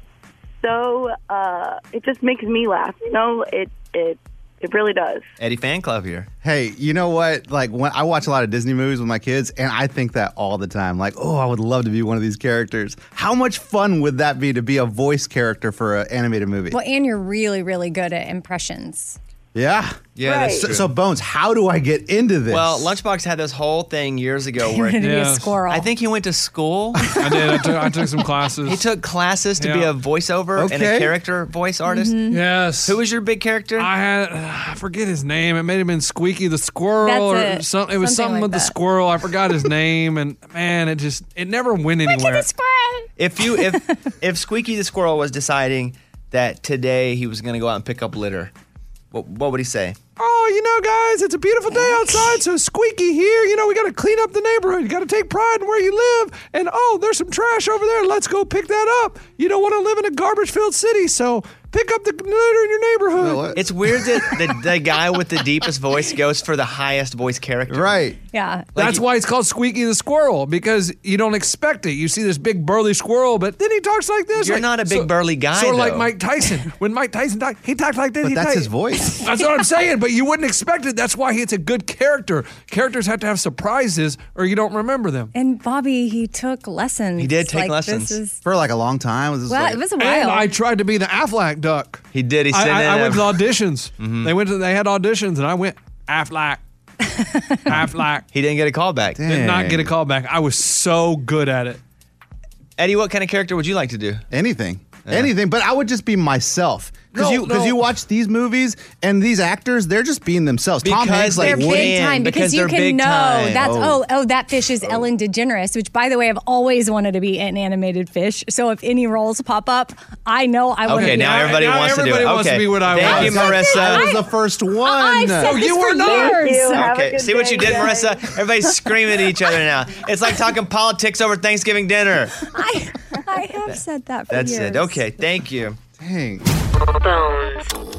so, uh, it just makes me laugh. You know, it, it, it really does.
Eddie fan club here.
Hey, you know what? Like when I watch a lot of Disney movies with my kids, and I think that all the time. Like, oh, I would love to be one of these characters. How much fun would that be to be a voice character for an animated movie?
Well, and you're really, really good at impressions.
Yeah,
Yeah, that's Right.
So,
true.
so, Bones, how do I get into this?
Well, Lunchbox had this whole thing years ago
He
where
wanted to be a Yes. squirrel.
I think he went to school.
I did. I took, I took some classes.
he took classes to be
Yeah.
a voiceover and a
Okay.
character voice artist.
Mm-hmm.
Yes. Who
was your big character?
I had uh, I forget his name. It may have been Squeaky the Squirrel
That's
or
it.
something. It was
Something
something
like
with the
that.
squirrel. I forgot his name, and man, it just it never went anywhere.
If you if if Squeaky the squirrel was deciding that today he was going to go out and pick up litter, what, what would he say?
Oh, you know, guys, it's a beautiful day outside, so squeaky here. You know, we got to clean up the neighborhood. You got to take pride in where you live. And oh, there's some trash over there. Let's go pick that up. You don't want to live in a garbage filled city, so pick up the litter in your neighborhood.
It's weird that the, the guy with the deepest voice goes for the highest voice character.
Right.
Yeah.
That's why it's called Squeaky the Squirrel because you don't expect it. You see this big burly squirrel, but then he talks like this.
You're
like-
not a big burly guy,
Sort of like
though.
Mike Tyson. When Mike Tyson talked, he talked like this.
But
he
that's
talked-
his voice.
That's what I'm saying. But you wouldn't expect it. That's why it's a good character. Characters have to have surprises, or you don't remember them.
And Bobby, he took lessons.
He did take
Like,
lessons.
This is,
for like a long time. Was this
Well,
like-
it was a
And
while.
I tried to be the Aflac duck.
He did. He sent
I,
in
I, I went
a- Mm-hmm.
to the auditions. They went. To, they had auditions, and I went Aflac. Aflac.
He didn't get a call back.
Did not get a call back. I was so good at it.
Eddie, what kind of character would you like to do?
Anything. Anything, but I would just be myself. Because
No,
you,
no.
because you watch these movies and these actors, they're just being themselves. Tom
Because
Hanks,
they're
like,
They're
what-
big time because, you can know that's oh. oh that fish is Ellen DeGeneres, which by the way I've always wanted to be an animated fish. So if any roles pop up, I know I want to.
Okay,
be
now
on it.
everybody wants to do
everybody
it.
wants to
okay.
be what I
Thank
was.
you, Marissa.
I was the first one.
I've
Oh,
said this for years. Thank you. Have a
Okay,
good
see what
day,
you did,
guys.
Marissa? Everybody's screaming at each other now. It's like talking politics over Thanksgiving dinner.
I, I have said that. For
That's
years.
it. Okay, thank you.
Dang.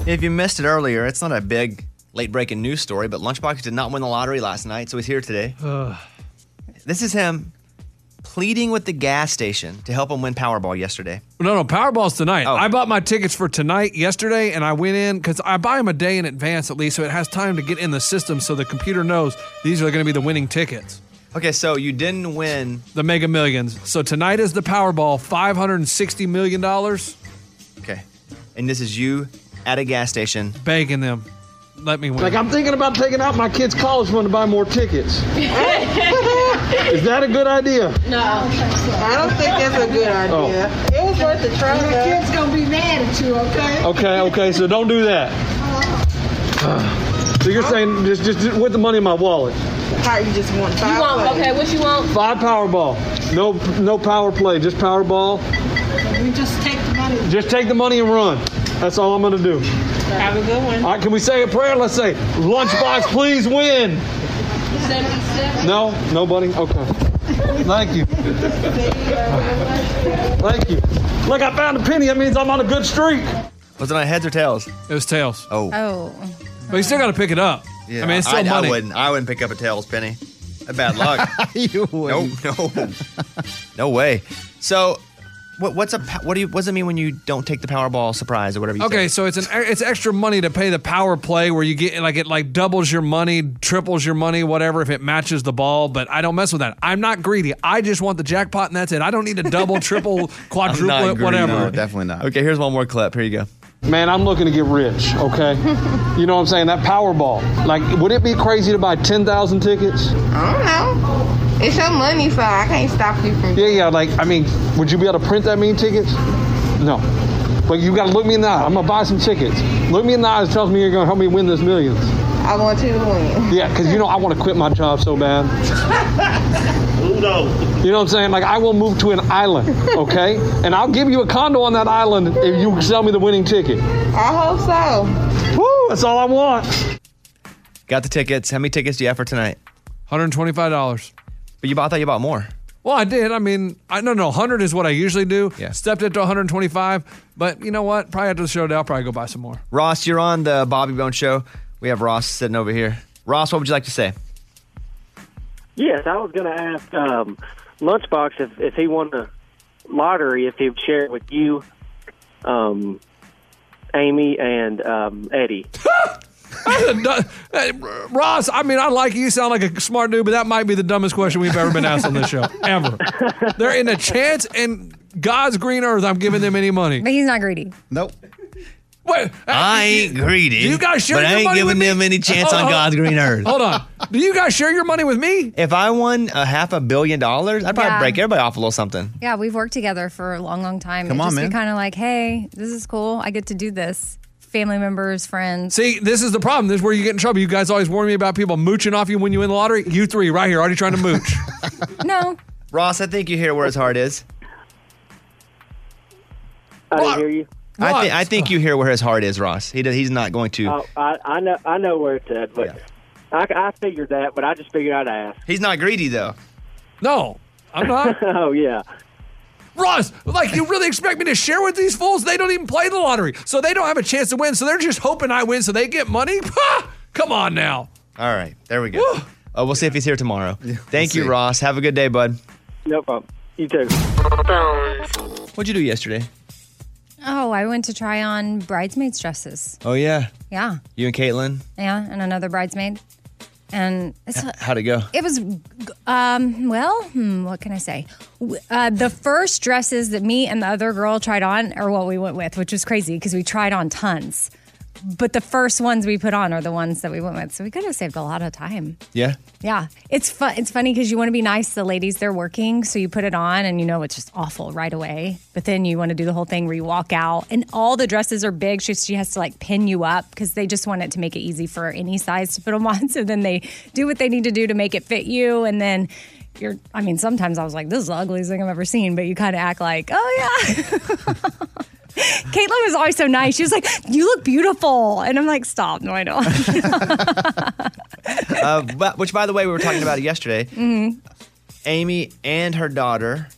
If you missed it earlier, it's not a big late breaking news story, but Lunchbox did not win the lottery last night, so he's here today.
Ugh.
This is him. pleading with the gas station to help him win Powerball yesterday.
No, no, Powerball's tonight.
Oh.
I bought my tickets for tonight yesterday, and I went in because I buy them a day in advance at least, so it has time to get in the system, so the computer knows these are going to be the winning tickets.
Okay, so you didn't win
the Mega Millions. So tonight is the Powerball, Oh, five hundred and sixty million dollars.
Okay, and this is you at a gas station
begging them, let me win.
Like I'm thinking about taking out my kids' college fund to buy more tickets. Is that a good idea?
No, I don't think that's a good
Oh.
idea. It was worth a try.
Your kid's
gonna be mad at you, okay?
Okay, okay, so don't do that. So you're saying just just just with the money in my wallet.
How you just want five?
You want- okay, what you want?
Five Powerball. No no power play, just Powerball.
We just take the money.
Just take the money and run. That's all I'm gonna do.
Have a good one.
All right, can we say a prayer? Let's say, Lunchbox, please win. No, nobody? Okay. Thank you. Thank you. Look, I found a penny. That means I'm on a good streak.
Was it on heads or tails?
It was tails.
Oh.
Oh.
But you still got to pick it up. I mean, it's still
I,
money.
I wouldn't. I wouldn't pick up a tails penny. That's bad luck. you would. No, no, no way. So, what, what's a pa- what do you what does it mean when you don't take the Powerball surprise or whatever? You
Okay, so it's an e, it's extra money to pay the power play where you get like it like doubles your money, triples your money, whatever if it matches the ball. But I don't mess with that. I'm not greedy. I just want the jackpot and that's it. I don't need to double, triple, quadruple, it, whatever.
definitely not. Okay, here's one more clip. Here you go.
Man, I'm looking to get rich, okay? you know what I'm saying? That Powerball. Like, would it be crazy to buy 10,000 tickets?
I don't know. It's your money, so I can't stop you from.
Yeah, yeah. Like, I mean, would you be able to print that many tickets? No. But you gotta look me in the eye. I'm gonna buy some tickets. Look me in the eye and tells me you're gonna help me win this millions.
I want you to win.
Yeah, because you know I want to quit my job so bad. You know what I'm saying? Like I will move to an island, okay? and I'll give you a condo on that island if you sell me the winning ticket.
I hope so.
Woo! That's all I want.
Got the tickets. How many tickets do you have for tonight?
One hundred twenty-five dollars.
But you bought. I thought you bought more.
Well, I did. I mean, I no, no, 100 is what I usually do.
Yeah.
Stepped it to 125, but you know what? Probably after the show, today, I'll probably go buy some more.
Ross, you're on the Bobby Bone Show. We have Ross sitting over here. Ross, what would you like to say?
Yes, I was going to ask um, Lunchbox if, if he won the lottery, if he would share it with you, um, Amy, and um, Eddie.
Hey, R- Ross, I mean, I like you. You sound like a smart dude, but that might be the dumbest question we've ever been asked on this show, ever. They're in a chance, and God's green earth, I'm giving them any money.
But he's not greedy.
Nope.
Wait,
I ain't greedy.
Do you guys share
but I
your
ain't
money
giving
with me?
them any chance
Hold
on God's green earth.
Hold on. Do you guys share your money with me?
If I won a half a billion dollars, I'd probably
Yeah.
break everybody off a little something.
Yeah, we've worked together for a long, long time.
Come
It'd
on,
just
man.
be kind of like, hey, this is cool. I get to do this. Family members, friends.
See, this is the problem. This is where you get in trouble. You guys always warn me about people mooching off you when you win the lottery. You three right here already trying to mooch.
no.
Ross, I think you hear where his heart is.
I didn't hear you.
I, thi- I think you hear where his heart is, Ross. He, d- he's not going to.
Oh, I, I know I know where it's at, but I, I figured that, but I just figured I'd ask.
He's not greedy, though.
No, I'm not.
oh, yeah.
Ross, like you really expect me to share with these fools? They don't even play the lottery, so they don't have a chance to win. So they're just hoping I win, so they get money. Come on now.
All right, there we go. Uh, we'll see if he's here tomorrow. Thank you, Ross. Have a good day, bud.
No problem. You too.
What'd you do yesterday?
Oh, I went to try on bridesmaids' dresses.
Oh yeah,
Yeah.
you and Caitlin.
Yeah. And another bridesmaid. And it's.
How'd it go?
It was, um, well, hmm, what can I say? W- Uh, the first dresses that me and the other girl tried on are what we went with, which was crazy because we tried on tons. But the first ones we put on are the ones that we went with. So we could have saved a lot of time.
Yeah.
Yeah. It's fun. It's funny because you want to be nice to the ladies. They're working. So you put it on and you know it's just awful right away. But then you want to do the whole thing where you walk out and all the dresses are big. She, she has to like pin you up because they just want it to make it easy for any size to put them on. So then they do what they need to do to make it fit you. And then you're, I mean, sometimes I was like, this is the ugliest thing I've ever seen. But you kind of act like, oh, yeah. Caitlin was always so nice. She was like, you look beautiful. And I'm like, stop. No, I don't.
uh, but, which, by the way, we were talking about it yesterday.
Mhm.
Amy and her daughter,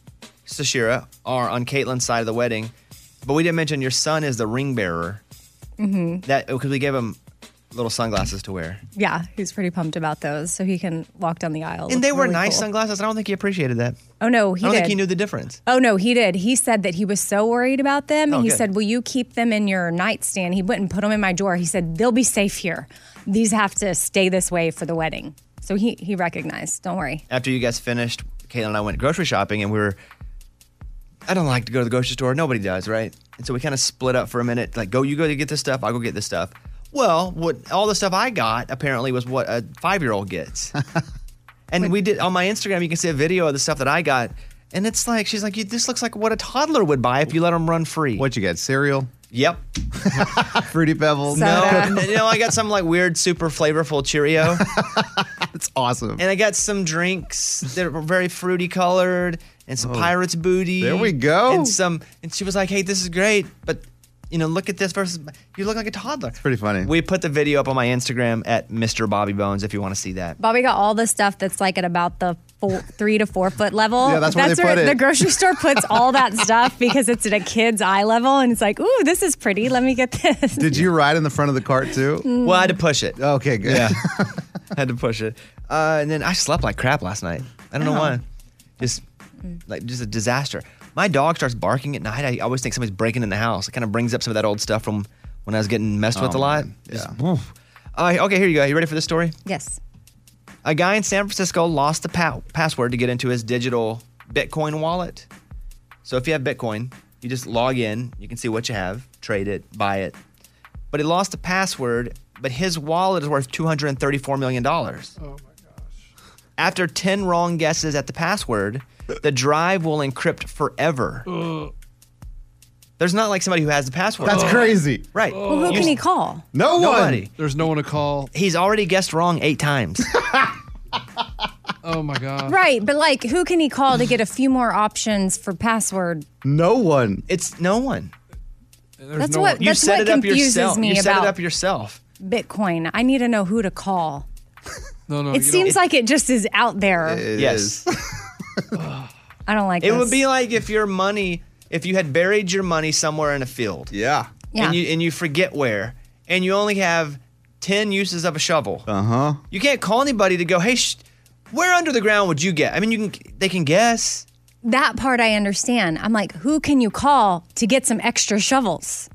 Sashira, are on Caitlin's side of the wedding, but we didn't mention your son is the ring bearer.
Mm-hmm.
That because we gave him little sunglasses to wear.
Yeah, he's pretty pumped about those, so he can walk down the aisle.
And they
Look
were
really
nice
cool.
sunglasses. I don't think he appreciated that.
Oh no,
I
he
don't
did.
think he knew the difference.
Oh no, he did. He said that he was so worried about them,
Oh,
and he
good.
said, "Will you keep them in your nightstand?" He wouldn't put them in my drawer. He said, "They'll be safe here. These have to stay this way for the wedding." So he he recognized. Don't worry.
After you guys finished, Kayla and I went grocery shopping and we were I don't like to go to the grocery store. Nobody does, right? And so we kind of split up for a minute. Like, go, you go to get this stuff. I'll go get this stuff. Well, what all the stuff I got apparently was what a five year old gets. and we did on my Instagram. You can see a video of the stuff that I got, and it's like she's like, "You- "This looks like what a toddler would buy if you let them run free." What
you got? Cereal.
Yep.
Fruity Pebbles.
No, no, I got some like weird, super flavorful Cheerio.
That's awesome.
And I got some drinks that were very fruity colored and some pirate's booty.
Oh, There we go.
And some and she was like, Hey, this is great, but you know, look at this versus you look like a toddler.
Pretty funny.
We put the video up on my Instagram at Mr. Bobby Bones if you want to see that.
Bobby got all the stuff that's like at about the four, three to four foot level.
Yeah, that's where they put it.
the grocery store puts all that stuff because it's at a kid's eye level, and it's like, ooh, this is pretty. Let me get this.
Did you ride in the front of the cart too?
Mm. Well, I had
to push it.
Okay, good.
Yeah. had to push it. Uh, and then I slept like crap last night. I don't
Oh.
know why. Just like just a disaster. My dog starts barking at night. I always think somebody's breaking in the house. It kind of brings up some of that old stuff from when I was getting messed with
Oh,
a lot. Just, woof. Uh, okay, here you go. You ready for this story?
Yes.
A guy in San Francisco lost the pa- password to get into his digital Bitcoin wallet. So if you have Bitcoin, you just log in, you can see what you have, trade it, buy it. But he lost the password, but his wallet is worth $234 million. Oh my gosh. After 10 wrong guesses at the password, the drive will encrypt forever. There's not like somebody who has the password.
That's crazy.
Right.
Well, who
You
can
s-
he call?
Nobody.
There's no one to call.
He's already guessed wrong eight times.
Oh my god.
Right, but like, who can he call to get a few more options for password?
No one.
It's no one.
That's no what- one.
you
that's
set
what
it up
confuses
yourself.
me
you set it
about-
up yourself.
Bitcoin. I need to know who to call.
No, no.
it seems like it just is out there.
yes.
I don't like
it would be like if your money, if you had buried your money somewhere in a field.
Yeah.
Yeah.
And you and you forget where, and you only have ten uses of a shovel.
Uh huh.
You can't call anybody to go, hey, sh- where under the ground would you get? I mean, you can. They can guess.
that part I understand. I'm like, who can you call to get some extra shovels?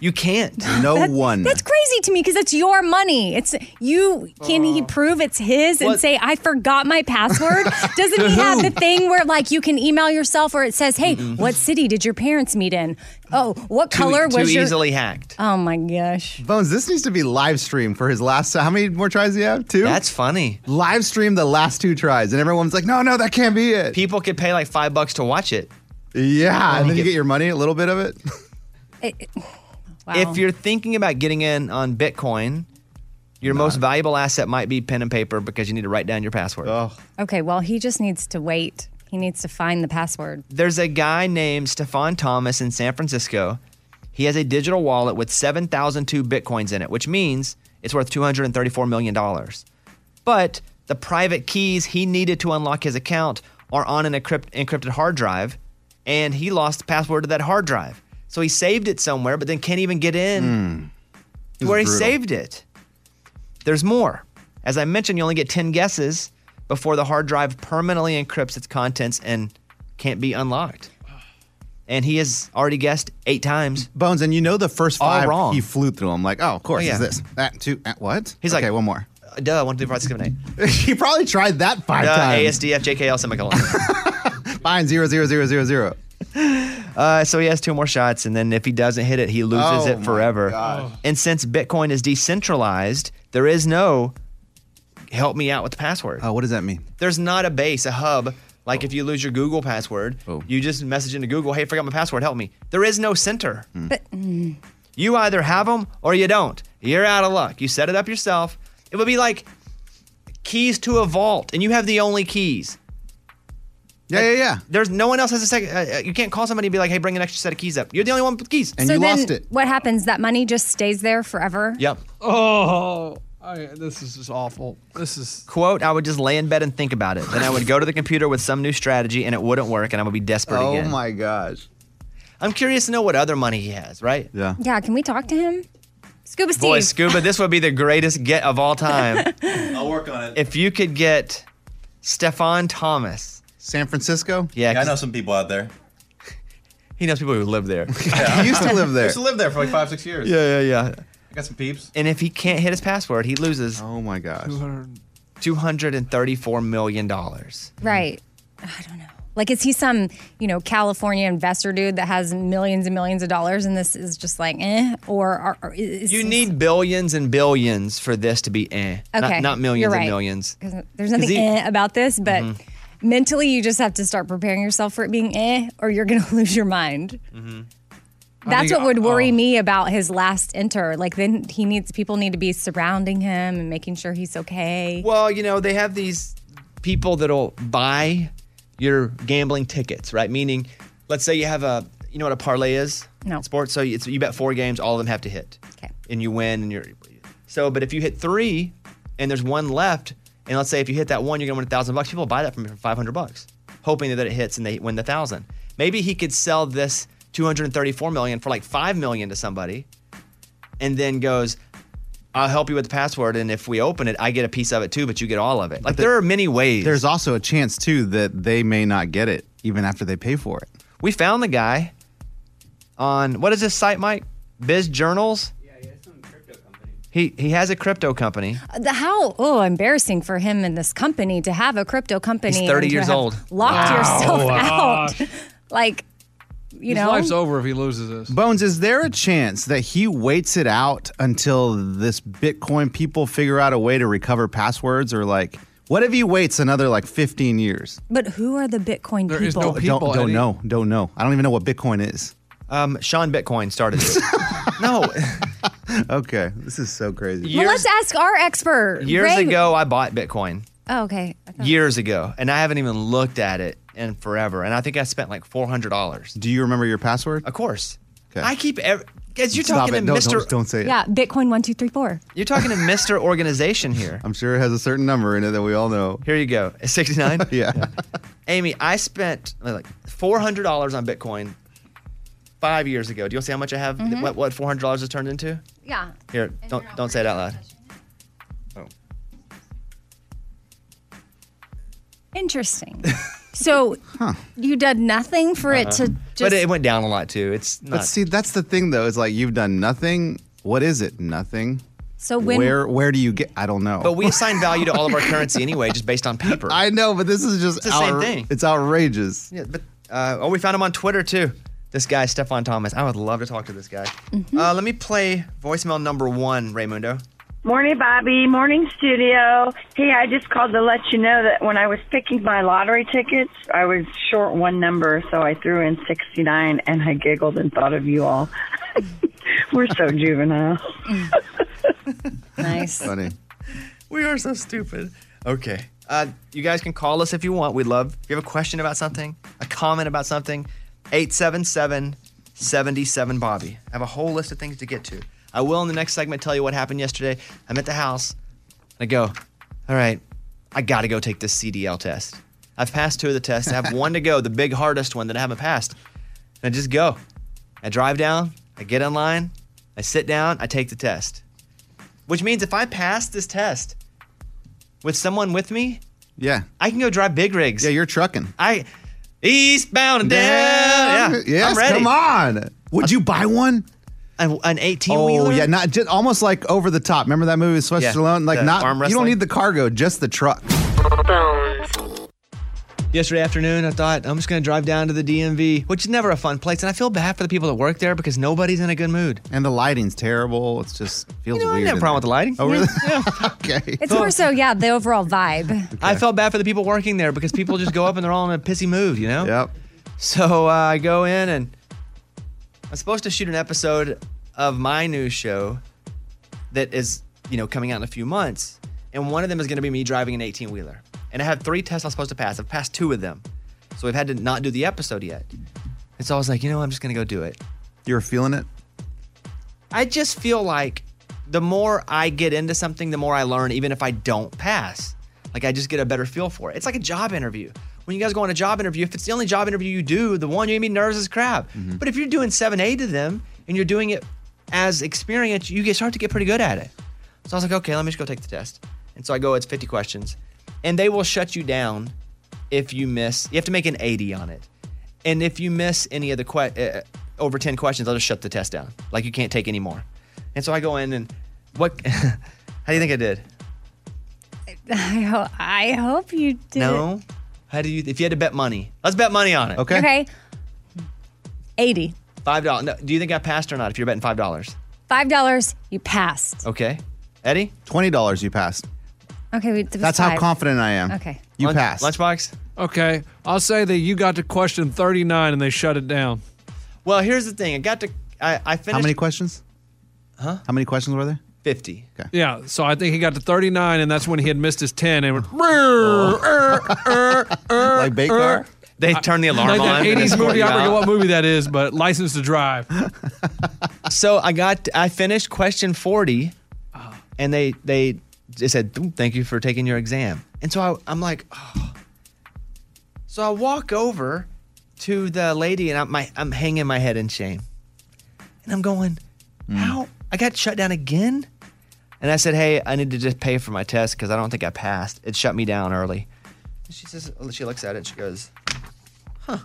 You can't.
No
That-
one.
That's crazy to me because it's your money. It's you. Can
Uh,
he prove it's his and
What?
say I forgot my password? Doesn't he have the thing where like you can email yourself where it says, "Hey,
Mm-hmm.
what city did your parents meet in? Oh, what color
too
was your?"
easily
e- hacked.
Oh my gosh.
Bones, this needs to be live streamed for his last. How many more tries do you have? Two. That's
funny.
Live stream the last two tries, and everyone's like, "No, no, that can't be it."
People could pay like five bucks to watch it.
Yeah, and then
You
you
get-
get your money, a little bit of it.
If you're thinking about getting in on Bitcoin, your most valuable asset might be pen and paper because you need to write down your password. Oh.
Okay, well he just needs to wait. He needs to find the password.
There's a guy named Stefan Thomas in San Francisco. He has a digital wallet with 7,002 Bitcoins in it, which means it's worth $234 million. But the private keys he needed to unlock his account are on an encrypt- encrypted hard drive, and he lost the password to that hard drive. So he saved it somewhere, but then can't even get in
Hmm.
This is
where he
brutal.
saved it. There's more. As I mentioned, you only get 10 guesses before the hard drive permanently encrypts its contents and can't be unlocked. And he has already guessed eight times.
Bones, and you know the first
All
five
wrong.
he flew through. I'm like, oh, of course,
Oh, yeah.
is this that two? That, what?
He's
okay,
like,
one more.
Uh, Duh, one, two, three, four, five, six, seven, eight.
he probably tried that five
Duh,
times.
ASDF, JKL, semicolon.
Fine, zero, zero, zero, zero, zero.
Uh, so he has two more shots, and then if he doesn't hit it, he loses
Oh,
it
my
forever.
gosh.
And since Bitcoin is decentralized, there is no help me out with the password.
Oh, what does that mean?
There's not a base, a hub. Like if you lose your Google password,
Oh.
you just message into Google, hey, I forgot my password, help me. There is no center.
Hmm.
But mm,
You either have them or you don't. You're out of luck. You set it up yourself. It would be like keys to a vault, and you have the only keys.
Yeah, yeah, yeah.
There's no one else has a second. Uh, uh, you can't call somebody and be like, "Hey, bring an extra set of keys up." You're the only one with keys,
so then What happens? That money just stays there forever.
Yep.
Oh, I, this is just awful. This is
Quote, I would just lay in bed and think about it. Then I would go to the computer with some new strategy and it wouldn't work and I would be desperate
Oh
again.
my gosh.
I'm curious to know what other money he has, right?
Yeah.
Yeah, can we talk to him? Scuba Steve.
Boy, Scuba, this would be the greatest get of all time.
I'll work on it.
if you could get Stefan Thomas,
San Francisco.
Yeah,
I know some people out there.
He knows people who live there.
He used to live there.
used to live there for like five, six years.
Yeah, yeah, yeah.
I got some peeps.
And if he can't hit his password, he loses.
Oh my gosh.
Two hundred and thirty-four million dollars.
Right. I don't know. Like, is he some, you know, California investor dude that has millions and millions of dollars and this is just like, eh? Or, are or is,
You need billions and billions for this to be eh. Not-
Okay,
Not, millions
you're
and
right.
millions.
'cause
'Cause
there's nothing
he- Mm-hmm.
eh about this, but mentally you just have to start preparing yourself for it being eh, or you're going to lose your mind.
Mm-hmm.
I
That's
think-
what would worry
oh.
me about his last enter. Like, then he needs, people need to be surrounding him and making sure he's okay.
Well, you know, they have these people that'll buy your gambling tickets, right? Meaning, let's say you have a, you know what a parlay is?
No.
In Sports. So it's, you bet four games, all of them have to hit. Okay. And you win, and you're. So, but if you hit three and there's one left, and let's say if you hit that one, you're going to win a thousand bucks, people will buy that from you for 500 bucks, hoping that it hits and they win the thousand. Maybe he could sell this 234 million for like 5 million to somebody and then goes, I'll help you with the password. And if we open it, I get a piece of it too, but you get all of it. Like there are many ways.
There's also a chance too that they may not get it even after they pay for it.
We found the guy on what is this site, Mike? Biz Journals. Yeah, He, he has a crypto company.
The how oh embarrassing for him and this company to have a crypto company.
He's 30
and to
years
have
old.
Locked
Wow.
yourself
Gosh.
out. like you know
over if he loses this.
Bones, is there a chance that he waits it out until this Bitcoin people figure out a way to recover passwords or like what if he waits another like 15 years?
But who are the Bitcoin people?
don't don't know. Don't know. I don't even know what Bitcoin is.
Um, Sean Bitcoin started it.
no. okay. This is so crazy.
well, let's ask our expert.
Years
Ray-
ago, I bought Bitcoin.
Oh, okay.
Years ago, and I haven't even looked at it in forever. And I think I spent like four hundred dollars.
Do you remember your password?
Of course.
Okay.
I keep ev- as you're
Stop
talking
it.
to
No,
Mister.
don't- don't say it.
Yeah, Bitcoin one two three four.
You're talking to Mister Organization here.
I'm sure it has a certain number in it that we all know.
Here you go. 69?
yeah.
Amy, I spent like four hundred dollars on Bitcoin five years ago. Do you want to see how much I have?
Mhm.
What what four hundred dollars has turned into?
Yeah.
Here, don't don't say it out loud.
Oh.
Interesting. So you did nothing for it
Uh-huh.
to just
but it went down a lot too. It's not.
But see, that's the thing though. Is like you've done nothing. What is it? Nothing.
So when-
where where do you get? I don't know.
But we assign value to all of our currency anyway, just based on paper.
I know, but this is just
It's the same
outra-
thing.
It's outrageous.
Yeah, but uh, oh, we found him on Twitter too. This guy, Stefan Thomas. I would love to talk to this guy. Uh, let me play voicemail number one, Raymundo.
Morning, Bobby. Morning, studio. Hey, I just called to let you know that when I was picking my lottery tickets, I was short one number, so I threw in 69 and I giggled and thought of you all. We're so juvenile.
nice.
Funny.
We are so stupid. Okay. Uh, you guys can call us if you want. We'd love if you have a question about something, a comment about something, 877 77 Bobby. I have a whole list of things to get to. I will in the next segment tell you what happened yesterday. I'm at the house and I go, all right, I got to go take this CDL test. I've passed two of the tests. I have one to go, the big hardest one that I haven't passed. And I just go. I drive down, I get in line, I sit down, I take the test. Which means if I pass this test with someone with me,
yeah,
I can go drive big rigs. Yeah,
you're trucking.
I eastbound and down. Yeah,
Yes,
I'm ready.
come on. Would you buy one?
An 18
Oh yeah, not just almost like over the top. Remember that movie with Sylvester
Yeah,
Stallone? Like
the
not
arm
you don't
wrestling.
need the cargo, just the truck.
Yesterday afternoon, I thought I'm just going to drive down to the DMV, which is never a fun place, and I feel bad for the people that work there because nobody's in a good mood.
And the lighting's terrible. It's just feels
you know, I
weird.
didn't have a
in
problem with the lighting.
Oh, really? okay.
It's more so, yeah, the overall vibe.
I felt bad for the people working there because people just go up and they're all in a pissy mood, you know? Yep. So uh, I go in and I'm supposed to shoot an episode of my new show that is, you know, coming out in a few months. And one of them is going to be me driving an 18 wheeler. And I have three tests I'm supposed to pass. I've passed two of them. So we've had to not do the episode yet. And so I was like, you know, I'm just going to go do it.
You were feeling it?
I just feel like the more I get into something, the more I learn, even if I don't pass. Like I just get a better feel for it. It's like a job interview. When you guys go on a job interview, if it's the only job interview you do, the one you're gonna be nervous as crap. But if you're doing seven, eight of them and you're doing it as experience, you get start to get pretty good at it. So I was like, okay, let me just go take the test. And so I go, it's 50 questions. And they will shut you down if you miss. You have to make an 80 on it. And if you miss any of the que- uh, over 10 questions, I'll just shut the test down. Like you can't take any more. And so I go in and what, how do you think I did?
I, ho- I hope you did.
No. How do you, if you had to bet money, let's bet money on it.
Okay. Okay. 80.
Five dollars. No, do you think I passed or not? If you're betting five dollars,
$5. You passed.
okay, Eddie,
twenty dollars. You passed.
Okay. We,
That's how confident I am.
Okay.
You passed.
Lunchbox.
Okay, I'll say that you got to question 39 and they shut it down.
Well, here's the thing. I got to. I, I finished.
How many questions? Huh? How many questions were there?
Fifty. Okay.
Yeah, so I think he got to 39, and that's when he had missed his 10 and went,
Oh.
like
Bait Car?
They turned the alarm
like
on.
That
and
80s
escort
movie,
you
I forget
out.
what movie that is, but License to Drive.
So I got. I finished question forty,
Ah.
and they they just said, "Boom, "Thank you for taking your exam." And so I, I'm like, oh. so I walk over to the lady, and I'm my, I'm hanging my head in shame, and I'm going, "How I got shut down again?" And I said, "Hey, I need to just pay for my test because I don't think I passed. It shut me down early." She says, she looks at it and she goes, huh.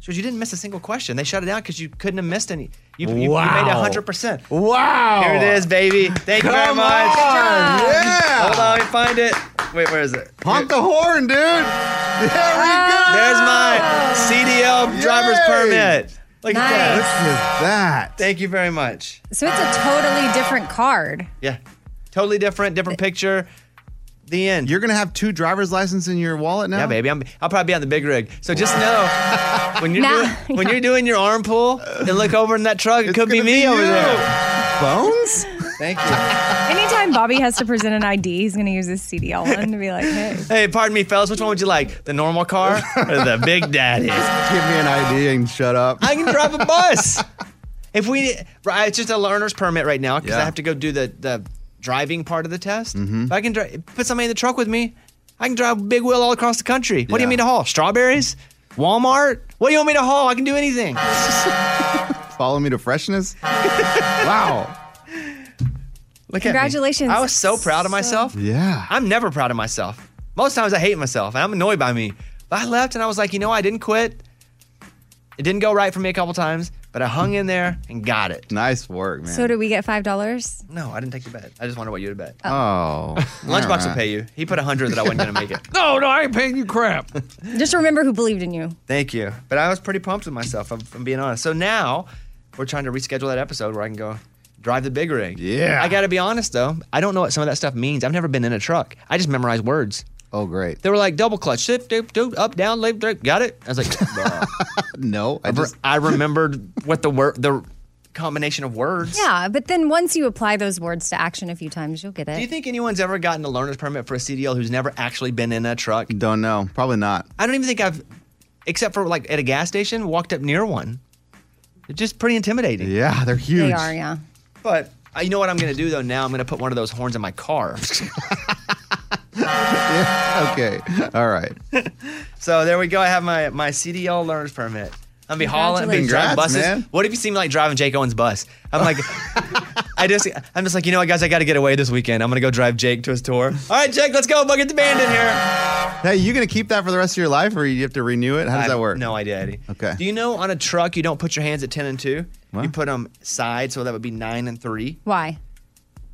She goes, you didn't miss a single question. They shut it down because you couldn't have missed any. You, you, you made
Wow.
100%.
Wow.
Here it is, baby. Thank you very
Come
much.
on. Yeah.
Hold on, let me find it. Wait, where is it?
Honk the horn, dude. There we
Ah.
go.
There's my CDL driver's permit. Look at that.
Look at that.
Thank you very much.
So it's a totally different card.
Yeah. Totally different, different picture. The end.
You're gonna have two driver's licenses in your wallet now.
Yeah, baby. I'm, I'll probably be on the big rig. So just know when you're
Nah,
doing, when you're doing your arm pull and look over in that truck, it could be me over there.
Bones.
Thank you.
Anytime Bobby has to present an ID, he's going to use his CDL one to be like, hey.
Hey, pardon me, fellas. Which one would you like? The normal car or the big daddy?
Give me an ID and shut up.
I can drive a bus. If we, right, it's just a learner's permit right now because I have to go do the the driving part of the test.
Mm-hmm.
If I can drive, put somebody in the truck with me, I can drive big wheel all across the country. What do you mean to haul? Strawberries? Walmart? What do you want me to haul? I can do anything.
Follow me to freshness. wow.
Look at me.
Congratulations.
I was so proud of myself.
Yeah.
I'm never proud of myself. Most times I hate myself and I'm annoyed by me. But I left and I was like, you know, I didn't quit. It didn't go right for me a couple times, but I hung in there and got it.
Nice work, man.
So do we get $5?
No, I didn't take the bet. I just wondered what you would bet.
Oh.
Lunchbox will pay you. He put a hundred that I wasn't gonna make it.
No, no, I ain't paying you crap.
Just remember who believed in you.
Thank you. But I was pretty pumped with myself. If I'm being honest. So now we're trying to reschedule that episode where I can go drive the big rig.
Yeah.
I got to be honest though. I don't know what some of that stuff means. I've never been in a truck. I just memorize words.
Oh, great.
They were like double clutch, shift, doop, doop, up, down, left, right. Got it? I was like, "Bruh."
no.
I, I remembered what the word, the combination of words.
Yeah, but then once you apply those words to action a few times, you'll get it.
Do you think anyone's ever gotten a learner's permit for a CDL who's never actually been in a truck?
Don't know. Probably not.
I don't even think I've, except for like at a gas station, walked up near one. They're just pretty intimidating.
Yeah, they're huge.
They are, yeah.
But uh, you know what I'm going to do though? Now I'm going to put one of those horns in my car.
Okay. All right.
so there we go. I have my my CDL learner's permit. I'm gonna be hauling, be driving
Congratulations.
buses.
Congrats, man.
What if you see me like driving Jake Owen's bus? I'm like, I just, I'm just like, you know what, guys, I got to get away this weekend. I'm gonna go drive Jake to his tour. All right, Jake, let's go. Bucket the band in here.
Hey, you gonna keep that for the rest of your life, or you have to renew it? How does
I-
that work?
No idea, Eddie.
Okay.
Do you know on a truck you don't put your hands at ten and two? You put them side, so that would be nine and three.
Why?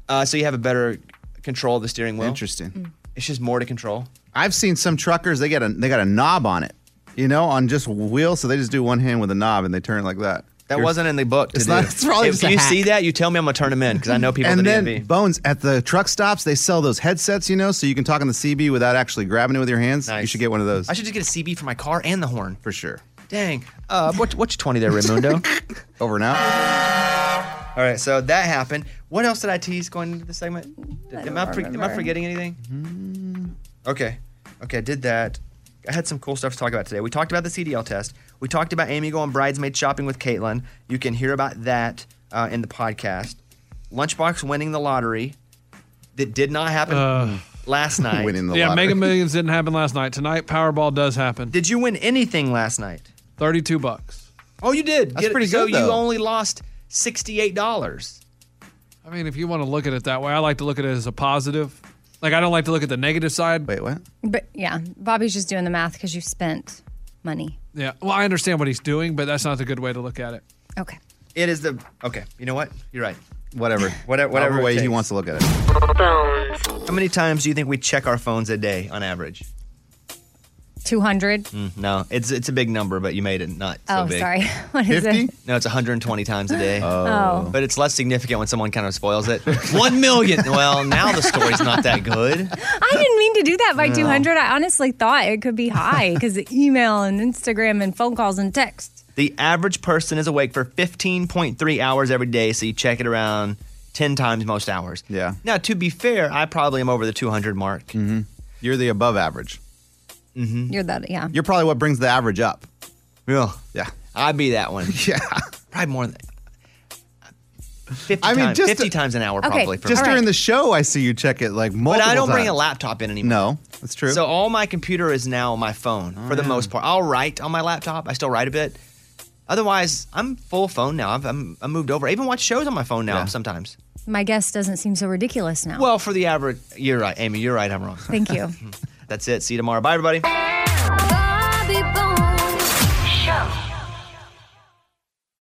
Uh, so you have a better control of the steering wheel.
Interesting.
It's just more to control.
I've seen some truckers. They got a they got a knob on it. You know, on just wheel. So they just do one hand with a knob and they turn it like that.
That
You're-
wasn't in the book. To
It's
do.
not- it's probably
if
just a
you
hack.
see that, you tell me I'm gonna turn them in because I know people
and
at the
then
DMV.
bones at the truck stops. They sell those headsets, you know, so you can talk on the CB without actually grabbing it with your hands. You should get one of those.
I should just get a CB for my car and the horn.
for sure.
Dang. Uh, what, what's your 20 there, Raimundo?
Over and out.
All right, so that happened. What else did I tease going into the segment? Did-
I
am,
don't
I for- am I
remember.
forgetting anything? Mm-hmm. Okay. Okay, I did that. I had some cool stuff to talk about today. We talked about the CDL test. We talked about Amy going bridesmaid shopping with Caitlin. You can hear about that uh, in the podcast. Lunchbox winning the lottery that did not happen
Uh.
last night.
yeah, Mega Millions didn't happen last night. Tonight, Powerball does happen.
Did you win anything last night?
32 bucks.
Oh, you did.
That's
it.
pretty
so
good,
you
though.
only lost $68.
I mean, if you want to look at it that way, I like to look at it as a positive. Like I don't like to look at the negative side.
Wait, what?
But yeah, Bobby's just doing the math because you spent money.
Yeah. Well, I understand what he's doing, but that's not the good way to look at it.
Okay.
It is the okay. You know what? You're right.
Whatever.
Whatever,
Whatever
it
way he
takes.
wants to look at it.
How many times do you think we check our phones a day on average?
200.
Mm, no, it's it's a big number, but you made it not so
oh,
big.
sorry. What is it?
No, it's 120 times a day.
Oh.
But it's less significant when someone kind of spoils it. One million. Well, now the story's not that good.
I didn't mean to do that by
No.
200. I honestly thought it could be high because email and Instagram and phone calls and texts.
The average person is awake for 15.3 hours every day, so you check it around 10 times most hours.
Yeah.
Now, to be fair, I probably am over the 200 mark. Mm-hmm.
You're the above average.
Mm-hmm.
You're that, yeah.
You're probably what brings the average up.
Yeah.
Yeah.
I'd be that one.
yeah.
Probably more than 50,
I mean,
times,
just
50
to-
times an hour, probably. For
just
me.
during the show, I see you check it like multiple
But I don't bring a
times.
laptop in anymore.
No, that's true. Oh,
So all my computer is now my phone for the most part. I'll write on my laptop. I still write a bit. Otherwise, I'm full phone now. I've, I'm, I moved over. I even watch shows on my phone now sometimes.
My guess doesn't seem so ridiculous now.
Well, for the average, you're right, Amy. You're right. I'm wrong.
Thank you.
That's it. See you tomorrow. Bye, everybody.